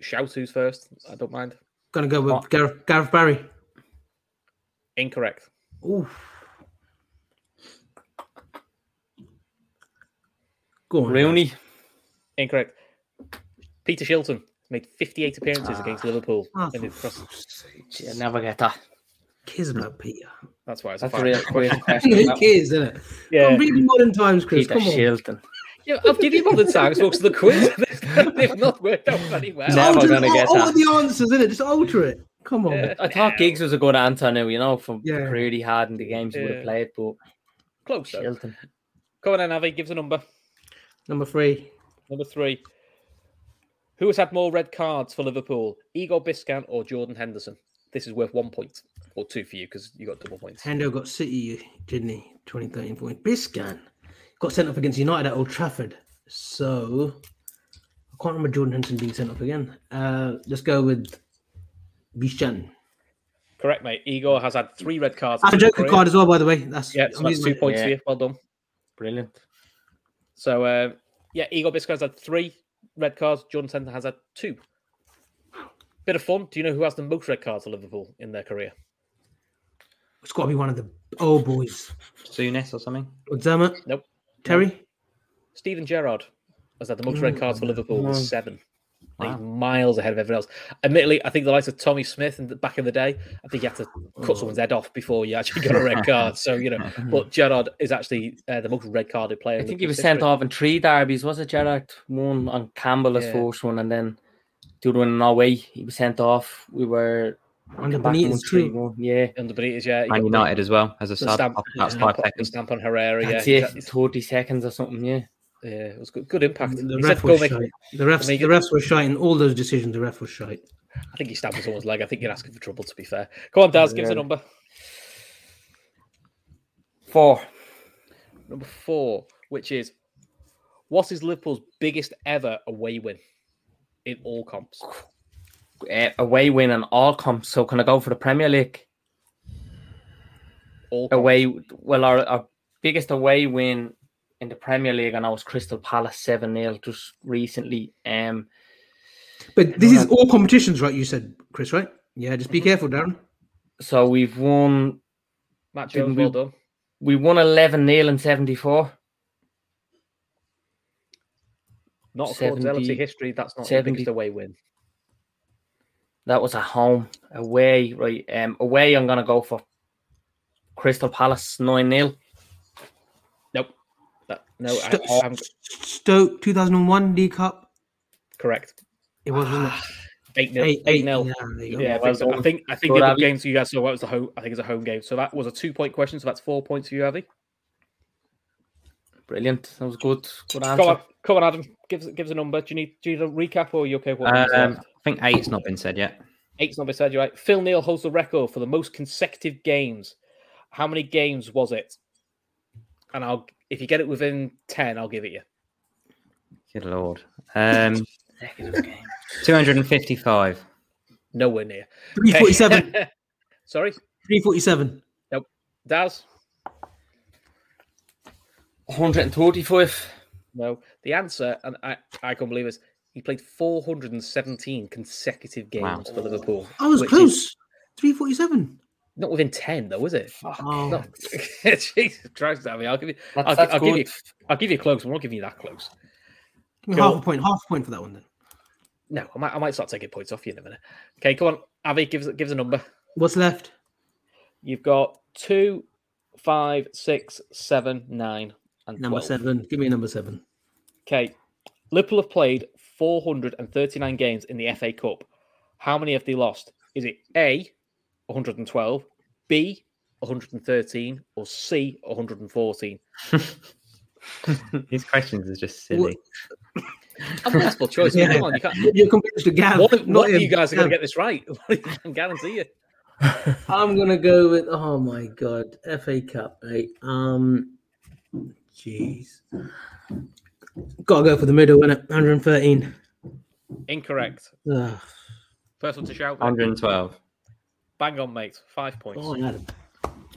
Speaker 1: Shout who's first. I don't mind.
Speaker 2: Gonna go with Gareth, Gareth Barry.
Speaker 1: Incorrect.
Speaker 2: Ooh. Go on.
Speaker 4: Rooney.
Speaker 1: Incorrect. Peter Shilton made 58 appearances against Liverpool.
Speaker 2: Ah,
Speaker 1: in the
Speaker 2: for
Speaker 1: cross-
Speaker 4: Shit, never get that.
Speaker 2: Cares about Peter.
Speaker 1: That's why it's
Speaker 4: That's
Speaker 1: a
Speaker 4: a
Speaker 1: five.
Speaker 4: real quick question.
Speaker 2: Who
Speaker 4: that one.
Speaker 2: cares, isn't it?
Speaker 1: Yeah.
Speaker 2: I'm reading modern times, Chris.
Speaker 4: Peter
Speaker 2: Come on.
Speaker 4: Shilton.
Speaker 1: yeah, I'll give you modern times, folks. The quiz they've not worked out very well.
Speaker 4: No. Never
Speaker 2: Alter-
Speaker 4: gonna get
Speaker 2: al- alter
Speaker 4: that.
Speaker 2: the answers, innit? Just alter it. Come on.
Speaker 1: Yeah.
Speaker 4: I thought Giggs was a good answer now, you know, from
Speaker 2: Yeah.
Speaker 4: the career he had and the games he would
Speaker 1: Yeah.
Speaker 4: have played, but
Speaker 1: Close. though.
Speaker 4: Shilton.
Speaker 1: Come on, then, Avi. Give us a number.
Speaker 2: Number three.
Speaker 1: Number three. Who has had more red cards for Liverpool, Igor Biscan or Jordan Henderson? This is worth one point. or two for you because you got double points.
Speaker 2: Hendo got City, didn't he? 2013 point. Biscan got sent off against United at Old Trafford. So I can't remember Jordan Henson being sent off again. Uh, let's go with Biscan.
Speaker 1: Correct, mate. Igor has had three red cards.
Speaker 2: I have a
Speaker 1: in his
Speaker 2: Joker
Speaker 1: career.
Speaker 2: card as well, by the way. That's
Speaker 1: Yeah, so
Speaker 2: I'm
Speaker 1: that's
Speaker 2: using
Speaker 1: two
Speaker 2: my-
Speaker 1: points
Speaker 4: Yeah.
Speaker 1: for you. Well done.
Speaker 4: Brilliant.
Speaker 1: So uh, yeah, Igor Bisco has had three red cards. Jordan Tenton has had two. Bit of fun. Do you know who has the most red cards for Liverpool in their career?
Speaker 2: It's got to be one of the old boys.
Speaker 3: Soonest or something.
Speaker 2: Zama,
Speaker 1: Nope.
Speaker 2: Terry.
Speaker 1: Stephen Gerrard has had the most red cards for Liverpool with seven.
Speaker 3: Wow.
Speaker 1: He's miles ahead of everyone else. Admittedly, I think the likes of Tommy Smith and back in the day, I think you had to cut someone's head off before you actually got a red card. So you know, but Gerrard is actually uh, the most red carded player.
Speaker 4: I
Speaker 1: in
Speaker 4: think he
Speaker 1: Liverpool's
Speaker 4: was sent
Speaker 1: history.
Speaker 4: off in three derbies, was it, Gerard? One on Campbell as
Speaker 1: Yeah.
Speaker 4: first one, and then the other one in Norway. He was sent off. We were
Speaker 2: Under
Speaker 4: back and won
Speaker 2: Benitez, too.
Speaker 4: 3-1. Yeah,
Speaker 1: under Benitez. Yeah, he
Speaker 3: Man
Speaker 1: got
Speaker 3: United as well as a
Speaker 1: the
Speaker 3: sub.
Speaker 1: stamp-
Speaker 3: Up- That's
Speaker 1: stamp
Speaker 3: five
Speaker 1: on-
Speaker 3: seconds.
Speaker 1: Stamp on Herrera.
Speaker 4: that's
Speaker 1: yeah,
Speaker 4: it. Thirty seconds or something. Yeah,
Speaker 1: Yeah, it was good. Good impact.
Speaker 2: The
Speaker 1: He
Speaker 2: ref
Speaker 1: said, "Go
Speaker 2: was
Speaker 1: make-
Speaker 2: shite. The refs,
Speaker 1: make
Speaker 2: the
Speaker 1: it-
Speaker 2: refs were shite in all those decisions. The ref was shite.
Speaker 1: I think he stabbed at someone's leg. I think you're asking for trouble. To be fair, come on, Daz, give us a
Speaker 4: Yeah.
Speaker 1: number.
Speaker 4: four.
Speaker 1: Number four, which is what is Liverpool's biggest ever away win in all comps?
Speaker 4: Uh, away win and all comps. So can I go for the Premier League
Speaker 1: All comps.
Speaker 4: away? Well, our, our biggest away win in the Premier League, and I was Crystal Palace seven 0 just recently. Um,
Speaker 2: But this is all competitions, right? You said, Chris, right? Yeah, just
Speaker 1: Mm-hmm.
Speaker 2: be careful, Darren.
Speaker 4: so we've won
Speaker 1: Matt Jones,
Speaker 4: Didn't
Speaker 1: well
Speaker 4: we-
Speaker 1: done.
Speaker 4: we won 11 0 in 74.
Speaker 1: Not according to
Speaker 4: 70
Speaker 1: LFC history, that's not the
Speaker 4: 70
Speaker 1: biggest away win.
Speaker 4: That was at home. Away, right? Um, away, I'm going to go for Crystal Palace 9 0.
Speaker 1: Nope. That, no, I,
Speaker 2: Sto-
Speaker 1: I'm
Speaker 2: Stoke 2001 League Cup.
Speaker 1: correct.
Speaker 2: It was, wasn't it?
Speaker 1: Eight nil.
Speaker 2: Eight-
Speaker 1: Ah, Eight
Speaker 2: eight,
Speaker 1: nil.
Speaker 2: yeah, there you go.
Speaker 1: Yeah, I
Speaker 4: Well
Speaker 1: think, so. I
Speaker 4: done.
Speaker 1: think I think
Speaker 4: Good,
Speaker 1: the other
Speaker 4: Avi.
Speaker 1: games you guys saw that was the home. I think it's a home game, so that was a two point question. So that's four points for you, Avi.
Speaker 4: Brilliant. That was good. Good
Speaker 1: Come on,
Speaker 4: answer.
Speaker 1: come on, Adam. Give us give us a number. Do you need do you need a recap or are you okay? with what you said?
Speaker 3: Um, I think eight's not been said yet.
Speaker 1: Eight's number said you're right. Phil Neal holds the record for the most consecutive games. How many games was it? And I'll if you get it within ten, I'll give it you.
Speaker 3: Good lord. Um,
Speaker 4: Consecutive game.
Speaker 3: 255.
Speaker 1: Nowhere near.
Speaker 2: 347.
Speaker 1: Sorry,
Speaker 2: 347.
Speaker 1: Daz.
Speaker 4: 135.
Speaker 1: No, the answer, and I I can't believe this. He played 417 consecutive games
Speaker 3: Wow.
Speaker 1: for Liverpool.
Speaker 2: I was
Speaker 1: which is
Speaker 2: close. 347.
Speaker 1: not within ten, though, is it?
Speaker 2: Oh.
Speaker 1: No. Jesus Christ, Abby, I'll give you.
Speaker 4: That's,
Speaker 1: I'll,
Speaker 4: that's
Speaker 1: I'll give
Speaker 4: good.
Speaker 1: you. I'll give you close. but I won't give you that close.
Speaker 2: Give me
Speaker 1: Cool.
Speaker 2: half a point. Half a point for that one then.
Speaker 1: No, I might. I might start taking points off you in a minute. Okay, come on, Avi. Give us give us a number.
Speaker 2: What's left?
Speaker 1: You've got two, five, six, seven, nine, and
Speaker 2: Number
Speaker 1: 12.
Speaker 2: seven. Give me number seven.
Speaker 1: Okay. Liverpool have played 439 games in the FA Cup. How many have they lost? Is it A, 112, B, 113, or C, 114?
Speaker 3: These questions are just silly.
Speaker 1: I'm multiple choice. but Come on, you can't.
Speaker 2: You're compared to Gav.
Speaker 1: One, of-
Speaker 2: not
Speaker 1: one of you
Speaker 2: him.
Speaker 1: guys are going to get
Speaker 2: Gav.
Speaker 1: this right. I can guarantee you.
Speaker 2: I'm gonna go with oh my god, FA Cup, right? Um jeez. Gotta go for the middle, innit? 113.
Speaker 1: Incorrect.
Speaker 2: Ugh.
Speaker 1: First one to shout.
Speaker 3: 112.
Speaker 1: Bang on, mate. Five points.
Speaker 2: Oh, Adam.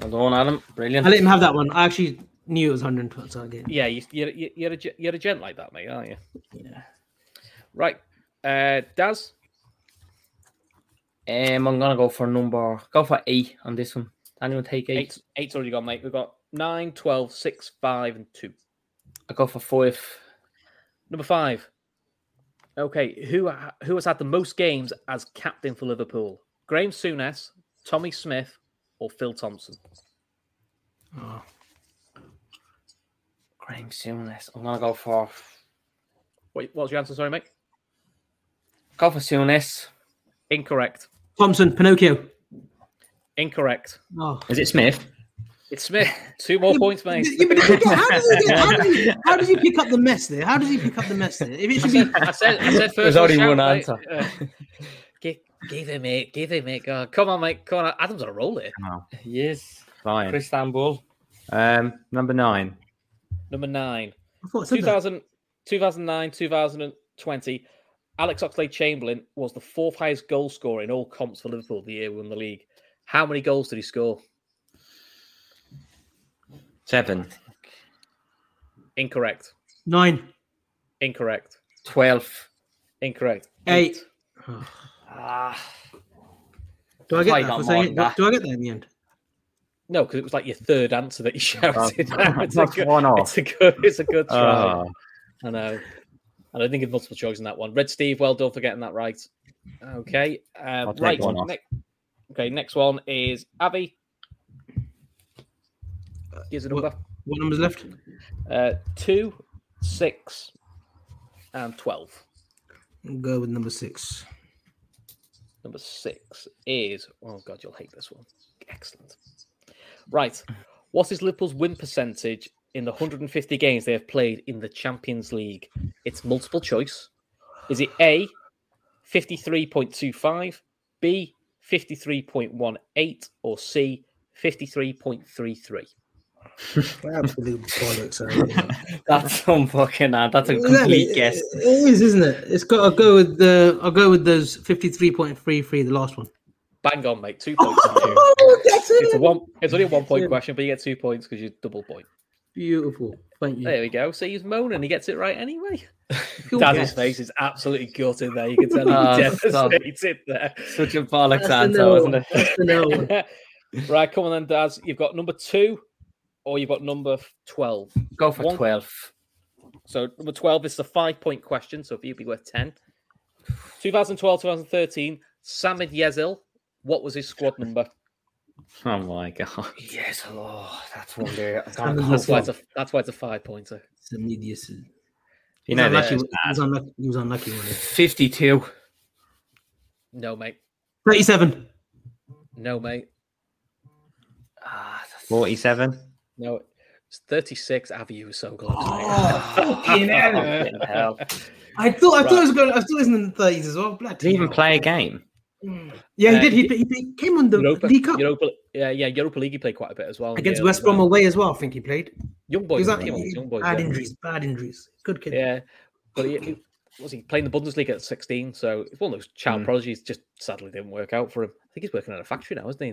Speaker 4: Well done, Adam. Brilliant.
Speaker 2: I let him have that one. I actually knew it was 112, so I get it.
Speaker 1: Yeah, you, you're, you're, you're, a, ge- you're a gent like that, mate, aren't you? Right. Uh, Daz,
Speaker 4: Um, I'm going to go for number, go for eight on this one. Anyone take eight?
Speaker 1: eight, eight's already gone, mate. We've got nine, 12, six, five, and two.
Speaker 4: I go for five.
Speaker 1: Number five. Okay, who ha- who has had the most games as captain for Liverpool? Graham Souness, Tommy Smith, or Phil Thompson?
Speaker 2: Oh,
Speaker 4: Graham Souness. I'm going to go for,
Speaker 1: Wait, what's your answer? Sorry, mate.
Speaker 4: go for Souness.
Speaker 1: Incorrect.
Speaker 2: Thompson, Pinocchio.
Speaker 1: Incorrect.
Speaker 2: Oh.
Speaker 3: Is it Smith?
Speaker 1: It's Smith. Two more points, mate.
Speaker 2: Yeah, but did you get- how, does he get, how, does he, how does he pick up the mess there? How does he pick up the mess there? If it should be
Speaker 1: I said, I said first.
Speaker 4: There's
Speaker 1: one
Speaker 4: only
Speaker 1: shout,
Speaker 4: one
Speaker 1: mate.
Speaker 4: answer.
Speaker 1: Uh, gi- Give him it. Give him it. Go on. Come on, mate. Come on. Adam's on a roll here.
Speaker 4: Yes.
Speaker 3: Flying.
Speaker 4: Chris Bull.
Speaker 3: Um, number nine.
Speaker 1: Number nine.
Speaker 2: I thought I said that.
Speaker 1: 2000, 2009, 2020. Alex Oxley Chamberlain was the fourth highest goal scorer in all comps for Liverpool the year we won the league. How many goals did he score?
Speaker 3: Seven.
Speaker 1: Incorrect.
Speaker 2: Nine.
Speaker 1: Incorrect.
Speaker 4: 12.
Speaker 1: Incorrect.
Speaker 2: Eight.
Speaker 4: Ah,
Speaker 2: Do I get
Speaker 4: Probably
Speaker 2: that?
Speaker 4: got
Speaker 2: for
Speaker 4: more
Speaker 2: saying it?
Speaker 4: than
Speaker 2: Do,
Speaker 4: that.
Speaker 2: do I get that in the end?
Speaker 1: No, because it was like your third answer that you shouted. out. it's, a
Speaker 3: That's
Speaker 1: good,
Speaker 3: one
Speaker 1: it's
Speaker 3: off.
Speaker 1: a good. It's a good try.
Speaker 3: Oh,
Speaker 1: I know. I don't think it's multiple choice in that one. Red Steve, well done for getting that right. Okay. Um,
Speaker 3: I'll take
Speaker 1: right.
Speaker 3: one off.
Speaker 1: ne- okay. Next one is Abby. Here's a number.
Speaker 2: What numbers left?
Speaker 1: Uh, two, six, and twelve.
Speaker 2: I'll go with number six.
Speaker 1: Number six is oh god, you'll hate this one. Excellent. Right. What is Liverpool's win percentage in the 150 games they have played in the Champions League? It's multiple choice. Is it A 53.25, B 53.18, or C 53.33?
Speaker 2: Absolute bollocks. aren't
Speaker 4: that's some fucking ad. That's a
Speaker 2: you?
Speaker 4: complete guess.
Speaker 2: It is, isn't it? It's got. I'll go with the. I'll go with those fifty-three point three three. The last one. Oh,
Speaker 1: Bang on, mate. Two points. on you.
Speaker 2: that's
Speaker 1: It's a one. It's only a one point
Speaker 2: Yeah.
Speaker 1: question, but you get two points because you double point.
Speaker 2: Beautiful. Thank you.
Speaker 1: There we go. So he's moaning. He gets it right anyway.
Speaker 2: Cool
Speaker 1: Daz's
Speaker 2: guess.
Speaker 1: face is absolutely gutted there. You can tell
Speaker 4: Ah,
Speaker 1: he's
Speaker 4: stop.
Speaker 1: devastated there.
Speaker 4: Such a
Speaker 2: That's
Speaker 4: bollocks
Speaker 2: the
Speaker 4: answer,
Speaker 2: no
Speaker 4: wasn't
Speaker 2: one.
Speaker 4: it?
Speaker 2: That's the no one.
Speaker 1: right, come on then, Daz. You've got number two or you've got number 12.
Speaker 4: Go for
Speaker 1: One-
Speaker 4: 12.
Speaker 1: So number 12 is the five point question. So for you, it'd be worth 10. 2012 2013, Samid Yezil. What was his squad number?
Speaker 3: oh my god.
Speaker 4: Yes, oh, that's one there.
Speaker 2: Sammy
Speaker 1: That's why
Speaker 2: Yassin.
Speaker 1: it's a, that's why it's a five pointer.
Speaker 2: Sammy Yassin.
Speaker 3: You know
Speaker 2: he was
Speaker 3: this
Speaker 2: unlucky.
Speaker 3: is
Speaker 2: He was unlucky. He was unlucky. wasn't he?
Speaker 4: 52.
Speaker 1: No, mate.
Speaker 2: Thirty-seven.
Speaker 1: No, mate.
Speaker 4: Ah, that's...
Speaker 3: forty-seven.
Speaker 1: No. It's 36. Avi, you were so close. mate.
Speaker 2: Oh, fucking hell.
Speaker 4: Fucking hell.
Speaker 2: I thought. I thought it was going. I thought it was in the thirties as well. Bloody
Speaker 3: Did he even
Speaker 2: hell.
Speaker 3: play a game?
Speaker 2: Yeah, he
Speaker 1: Uh,
Speaker 2: did. He, he, he came on the
Speaker 1: Europa,
Speaker 2: League Cup
Speaker 1: Europa, yeah, yeah, Europa League he played quite a bit as well. in the
Speaker 2: against
Speaker 1: early
Speaker 2: West Brom
Speaker 1: days.
Speaker 2: away as well. I think he played.
Speaker 1: Young
Speaker 2: He
Speaker 1: boys,
Speaker 2: was
Speaker 1: I
Speaker 2: out-
Speaker 1: think it was young boys.
Speaker 2: bad
Speaker 1: yeah.
Speaker 2: injuries. Bad injuries. Good kid.
Speaker 1: yeah, but he, he was he playing the Bundesliga at 16, so it's one of those child
Speaker 3: Mm.
Speaker 1: prodigies. Just sadly didn't work out for him. I think he's working at a factory now, isn't he?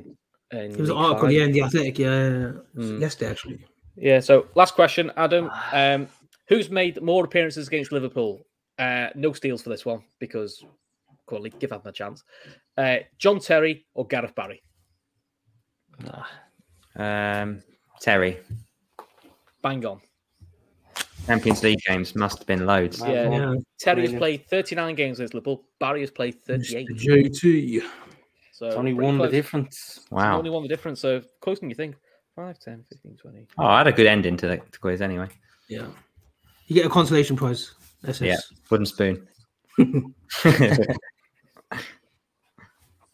Speaker 1: In
Speaker 2: It was an
Speaker 1: League
Speaker 2: article,
Speaker 1: Five.
Speaker 2: yeah, in the Athletic, yeah, yeah, yeah.
Speaker 1: Mm.
Speaker 2: yesterday actually.
Speaker 1: Yeah, So last question, Adam. Um, who's made more appearances against Liverpool? Uh, no steals for this one because quality. Give Adam a chance. Uh, John Terry or Gareth Barry?
Speaker 3: Um, Terry.
Speaker 1: Bang on.
Speaker 3: Champions League games must have been loads.
Speaker 4: Man,
Speaker 1: Yeah.
Speaker 4: man.
Speaker 2: Yeah,
Speaker 1: Terry has played
Speaker 4: Brilliant.
Speaker 1: 39 games against Liverpool. Barry has played 38.
Speaker 2: Mr. JT.
Speaker 1: So
Speaker 4: It's only
Speaker 1: pretty
Speaker 4: one the
Speaker 1: close.
Speaker 4: difference.
Speaker 3: Wow.
Speaker 1: Only one the difference. So closer than you think. 5, 10, 15, 20.
Speaker 3: Oh, I had a good ending to the to quiz anyway.
Speaker 2: Yeah, you get a consolation prize. That's
Speaker 3: Yeah,
Speaker 2: it.
Speaker 3: wooden spoon. At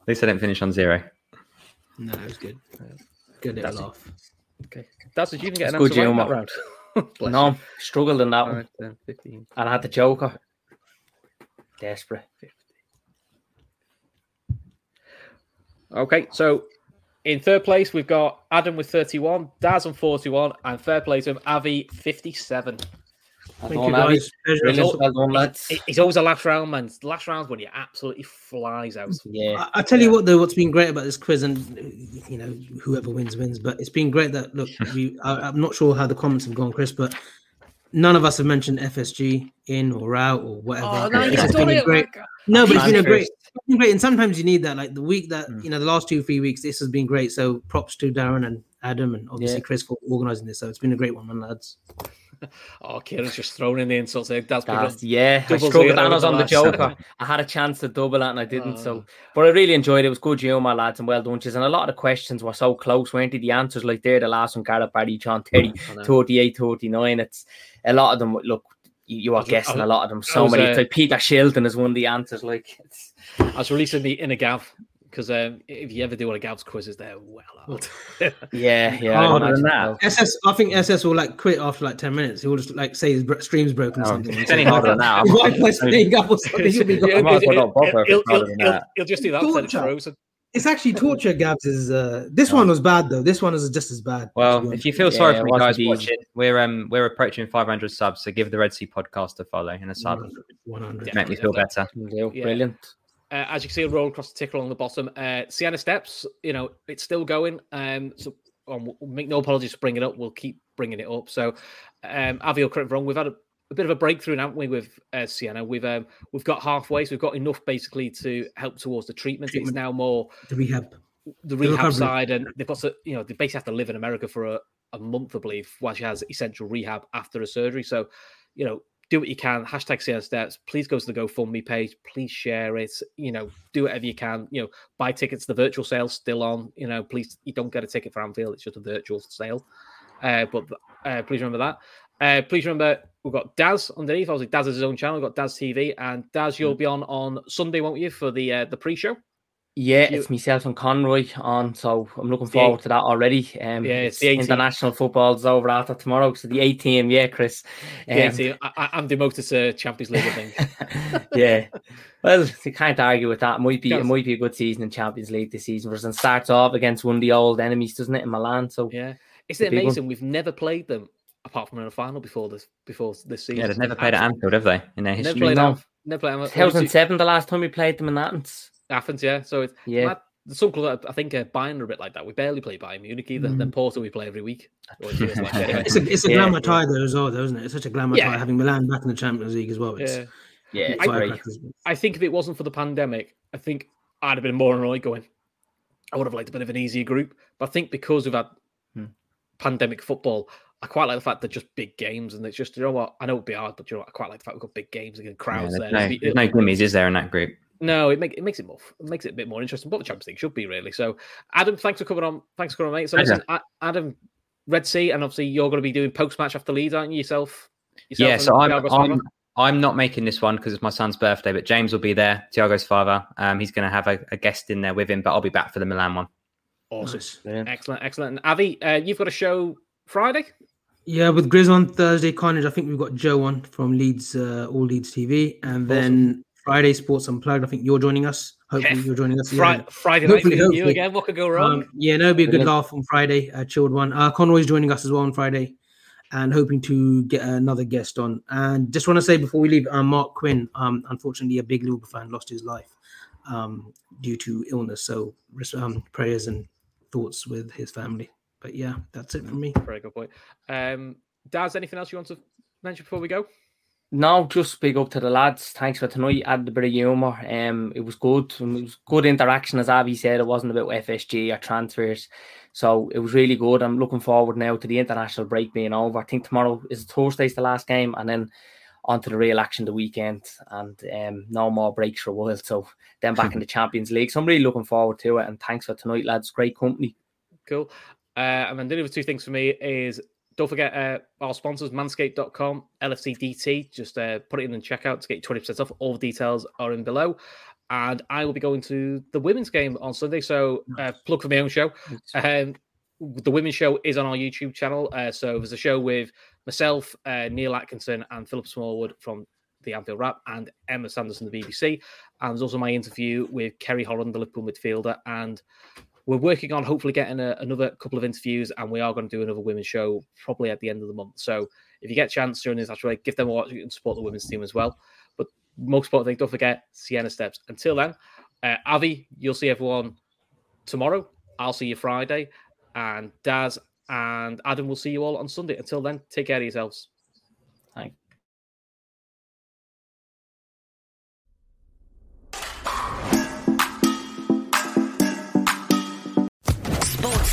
Speaker 3: least I didn't finish on zero.
Speaker 2: No, it was good. Good little
Speaker 1: That's it.
Speaker 2: laugh.
Speaker 1: Okay. That's what you didn't get an
Speaker 4: That's
Speaker 1: answer right
Speaker 4: good,
Speaker 1: in that
Speaker 4: Gilmore.
Speaker 1: round. Bless you.
Speaker 4: No, struggled in that one.
Speaker 1: Five, 10, 15.
Speaker 4: And I had the Joker. Desperate.
Speaker 1: Okay, so in third place we've got Adam with 31, Daz on 41, and fair play to him, Avi 57.
Speaker 4: Well
Speaker 2: Thank
Speaker 4: done,
Speaker 2: you
Speaker 4: Abby.
Speaker 2: guys. Pleasure as
Speaker 4: Brilliant.
Speaker 2: always.
Speaker 4: Well done, lads.
Speaker 1: It- It's always a last round, man. It's the Last round's when he absolutely flies out.
Speaker 4: Yeah.
Speaker 2: I, I tell you what, though, what's been great about this quiz, and you know, whoever wins wins. But it's been great that look, we, I, I'm not sure how the comments have gone, Chris, but none of us have mentioned FSG in or out or whatever. It's just been a great- No, but it's been a great, it's been great, and sometimes you need that. Like the week that
Speaker 3: Hmm.
Speaker 2: you know, the last two three weeks, this has been great. So props to Darren and Adam, and obviously
Speaker 4: Yeah.
Speaker 2: Chris for organising this. So it's been a great one, man, lads.
Speaker 1: Oh, Kieran's just throwing in the insults there. Daz, picked
Speaker 4: That's,
Speaker 1: up-
Speaker 4: yeah, I
Speaker 1: Double
Speaker 4: struggled
Speaker 1: zero
Speaker 4: and I was
Speaker 1: on
Speaker 4: on the
Speaker 1: that side.
Speaker 4: Joker. I had a chance to double that and I didn't.
Speaker 1: Oh.
Speaker 4: So, but I really enjoyed it. It was good humour, lads, and well done, cheers. And a lot of the questions were so close, weren't they? The answers, like there, the last one, Gareth Barry, John Terry,
Speaker 1: I know.
Speaker 4: 38, 39. It's a lot of them. Look, you, you are
Speaker 1: was- I
Speaker 4: guessing a
Speaker 1: was-
Speaker 4: lot of them. So
Speaker 1: was,
Speaker 4: many.
Speaker 1: uh,
Speaker 4: It's like Peter Shilton is one of the answers. Like, it's,
Speaker 1: I was releasing the inner gav because um, if you ever do one of Gav's quizzes, they're well hard.
Speaker 4: Yeah, yeah. I
Speaker 3: Harder than
Speaker 4: imagine
Speaker 3: that.
Speaker 4: so.
Speaker 2: SS, I think SS will like quit after like ten minutes. He will just like say his br- stream's broken or
Speaker 3: Oh,
Speaker 2: something.
Speaker 3: if it's any harder than that, I'm-
Speaker 2: Wi-Fi's playing up or something. He'll be
Speaker 3: I
Speaker 2: gone.
Speaker 3: might as well not bother if
Speaker 1: He'll-
Speaker 3: it's harder
Speaker 1: he'll-
Speaker 3: than
Speaker 1: he'll-
Speaker 3: that.
Speaker 1: he'll just do that until it's
Speaker 2: Torture.
Speaker 1: frozen.
Speaker 2: It's actually torture. Gabs is uh, this one was bad though. This one is just as bad.
Speaker 3: Well, if you feel sorry
Speaker 4: Yeah,
Speaker 3: for me,
Speaker 4: it wasn't
Speaker 3: guys
Speaker 4: easy.
Speaker 3: watching, we're um we're approaching 500 subs, so give the Red Sea podcast a follow and a sub.
Speaker 2: one hundred.
Speaker 3: Make me feel better.
Speaker 4: Yeah,
Speaker 1: Yeah.
Speaker 4: Brilliant.
Speaker 1: Uh, as you can see, a roll across the ticker along the bottom. Uh, Sienna Steps, you know, it's still going. Um, so um, we'll make no apologies for bringing it up. We'll keep bringing it up. So, um, Avi or correct me if I'm wrong, we've had a, a bit of a breakthrough, haven't we, with uh, Sienna? We've um, we've got halfway, so we've got enough basically to help towards the treatment. It's
Speaker 2: Treatment.
Speaker 1: now more
Speaker 2: Do we have?
Speaker 1: the rehab
Speaker 2: recovery.
Speaker 1: side, and they've got to, you know, they basically have to live in America for a, a month, I believe, while she has essential rehab after a surgery. So, you know, do what you can. Hashtag CN Steps. Please go to the GoFundMe page. Please share it. You know, do whatever you can. You know, buy tickets. The virtual sale's still on. You know, please, you don't get a ticket for Anfield. It's just a virtual sale. Uh, but uh, please remember that. Uh, please remember, we've got Daz underneath. Obviously, Daz has his own channel. We've got Daz TV. And Daz, you'll be on on Sunday, won't you, for the uh, the pre show?
Speaker 4: Yeah,
Speaker 1: You-
Speaker 4: it's myself and Conroy on, so I'm looking
Speaker 1: The eight-
Speaker 4: forward to that already. Um,
Speaker 1: Yeah, it's the 18.
Speaker 4: international football's over after tomorrow, so the 18, yeah, Chris. Um,
Speaker 1: Yeah, see, I, I- I'm demoted to Champions League, I think.
Speaker 4: yeah. Well, you can't argue with that. It might be
Speaker 1: Yes.
Speaker 4: it might be a good season in Champions League this season. Versus and starts off against one of the old enemies, doesn't it, in Milan? So
Speaker 1: yeah, isn't
Speaker 4: The
Speaker 1: it
Speaker 4: big one.
Speaker 1: amazing? We've never played them apart from in a final before this before this season.
Speaker 3: Yeah, they've never played at Anfield, have they? In their
Speaker 1: Never
Speaker 3: history.
Speaker 1: played
Speaker 4: No.
Speaker 1: Anf- Never played Anf- Only two-
Speaker 4: 2007, the last time we played them in Athens.
Speaker 1: Athens, yeah. So it's
Speaker 4: Yeah,
Speaker 1: mad. some club I think uh, Bayern are a bit like that. We barely play Bayern Munich either. Then Porto we play every week. Or it feels like it, anyway.
Speaker 2: It's a it's a
Speaker 4: Yeah.
Speaker 2: glamour tie though as well, though, isn't it? It's such a glamour
Speaker 1: Yeah.
Speaker 2: tie having Milan back in the Champions League as well. It's
Speaker 1: yeah.
Speaker 4: yeah,
Speaker 2: it's
Speaker 4: I agree.
Speaker 2: firecrackers.
Speaker 1: I think if it wasn't for the pandemic, I think I'd have been more annoyed going. I would have liked a bit of an easier group, but I think because we've had
Speaker 4: Hmm.
Speaker 1: pandemic football, I quite like the fact they're just big games and it's just you know what I know it'd be hard, but you know what? I quite like the fact we've got big games and
Speaker 3: Yeah,
Speaker 1: crowds
Speaker 3: there's
Speaker 1: there.
Speaker 3: no,
Speaker 1: It'd be-
Speaker 3: there's no gimmies, is there, in that group?
Speaker 1: No, it, make, it makes it more f- it makes it a bit more interesting. What the Champions League should be really. So, Adam, thanks for coming on. Thanks for coming, on, mate. So,
Speaker 3: Pleasure.
Speaker 1: listen, A- Adam, Red Sea, and obviously you're going to be doing post match after Leeds, aren't you yourself? yourself
Speaker 3: yeah,
Speaker 1: and
Speaker 3: so I'm,
Speaker 1: Thiago Silva?
Speaker 3: I'm I'm not making this one because it's my son's birthday, but James will be there. Tiago's father. Um, he's going to have a, a guest in there with him, but I'll be back for the Milan one.
Speaker 1: awesome,
Speaker 2: Nice.
Speaker 1: excellent, excellent. And Avi, uh, you've got a show Friday.
Speaker 2: Yeah, with Grizz on Thursday, Carnage. I think we've got Joe on from Leeds, uh, All Leeds TV, and then Friday Sports Unplugged. I think you're joining us. Hopefully,
Speaker 1: Yes.
Speaker 2: you're joining us.
Speaker 1: Fri-
Speaker 2: Yeah.
Speaker 1: Friday night for
Speaker 2: Hopefully,
Speaker 1: you
Speaker 2: hopefully.
Speaker 1: again. What could go wrong?
Speaker 2: Um, yeah, no, it'll be a good
Speaker 4: Brilliant.
Speaker 2: laugh on Friday, a chilled one. Uh, Conroy's joining us as well on Friday, and hoping to get another guest on. And just want to say before we leave, uh, Mark Quinn, um, unfortunately, a big Liverpool fan, lost his life um, due to illness. So res- um, prayers and thoughts with his family. But yeah, that's it from me.
Speaker 1: Very good point. Um, Daz, anything else you want to mention before we go?
Speaker 4: No, just big up to the lads. Thanks for tonight. Added a bit of humour. Um, it was good. and It was good interaction, as Avi said. It wasn't about FSG or transfers, so it was really good. I'm looking forward now to the international break being over. I think tomorrow is Thursday's the last game, and then on to the real action the weekend, and um, no more breaks for a while. So then back in the Champions League. So I'm really looking forward to it. And thanks for tonight, lads. Great company.
Speaker 1: Cool. Uh, and then the other two things for me is don't forget uh, our sponsors, manscaped.com, LFCDT. Just uh, put it in and check out to get 20% off. All the details are in below. And I will be going to the women's game on Sunday. So uh, plug for my own show. Um, the women's show is on our YouTube channel. Uh, so there's a show with myself, uh, Neil Atkinson, and Philip Smallwood from the Anfield Rap, and Emma Sanderson, the BBC. And there's also my interview with Kerry Holland, the Liverpool midfielder, and we're working on hopefully getting a, another couple of interviews, and we are going to do another women's show probably at the end of the month. So if you get a chance during this actually give them a watch and support the women's team as well. But most importantly, don't forget Sienna Steps. Until then, uh, Avi, you'll see everyone tomorrow. I'll see you Friday, and Daz and Adam will see you all on Sunday. Until then, take care of yourselves.
Speaker 6: Sports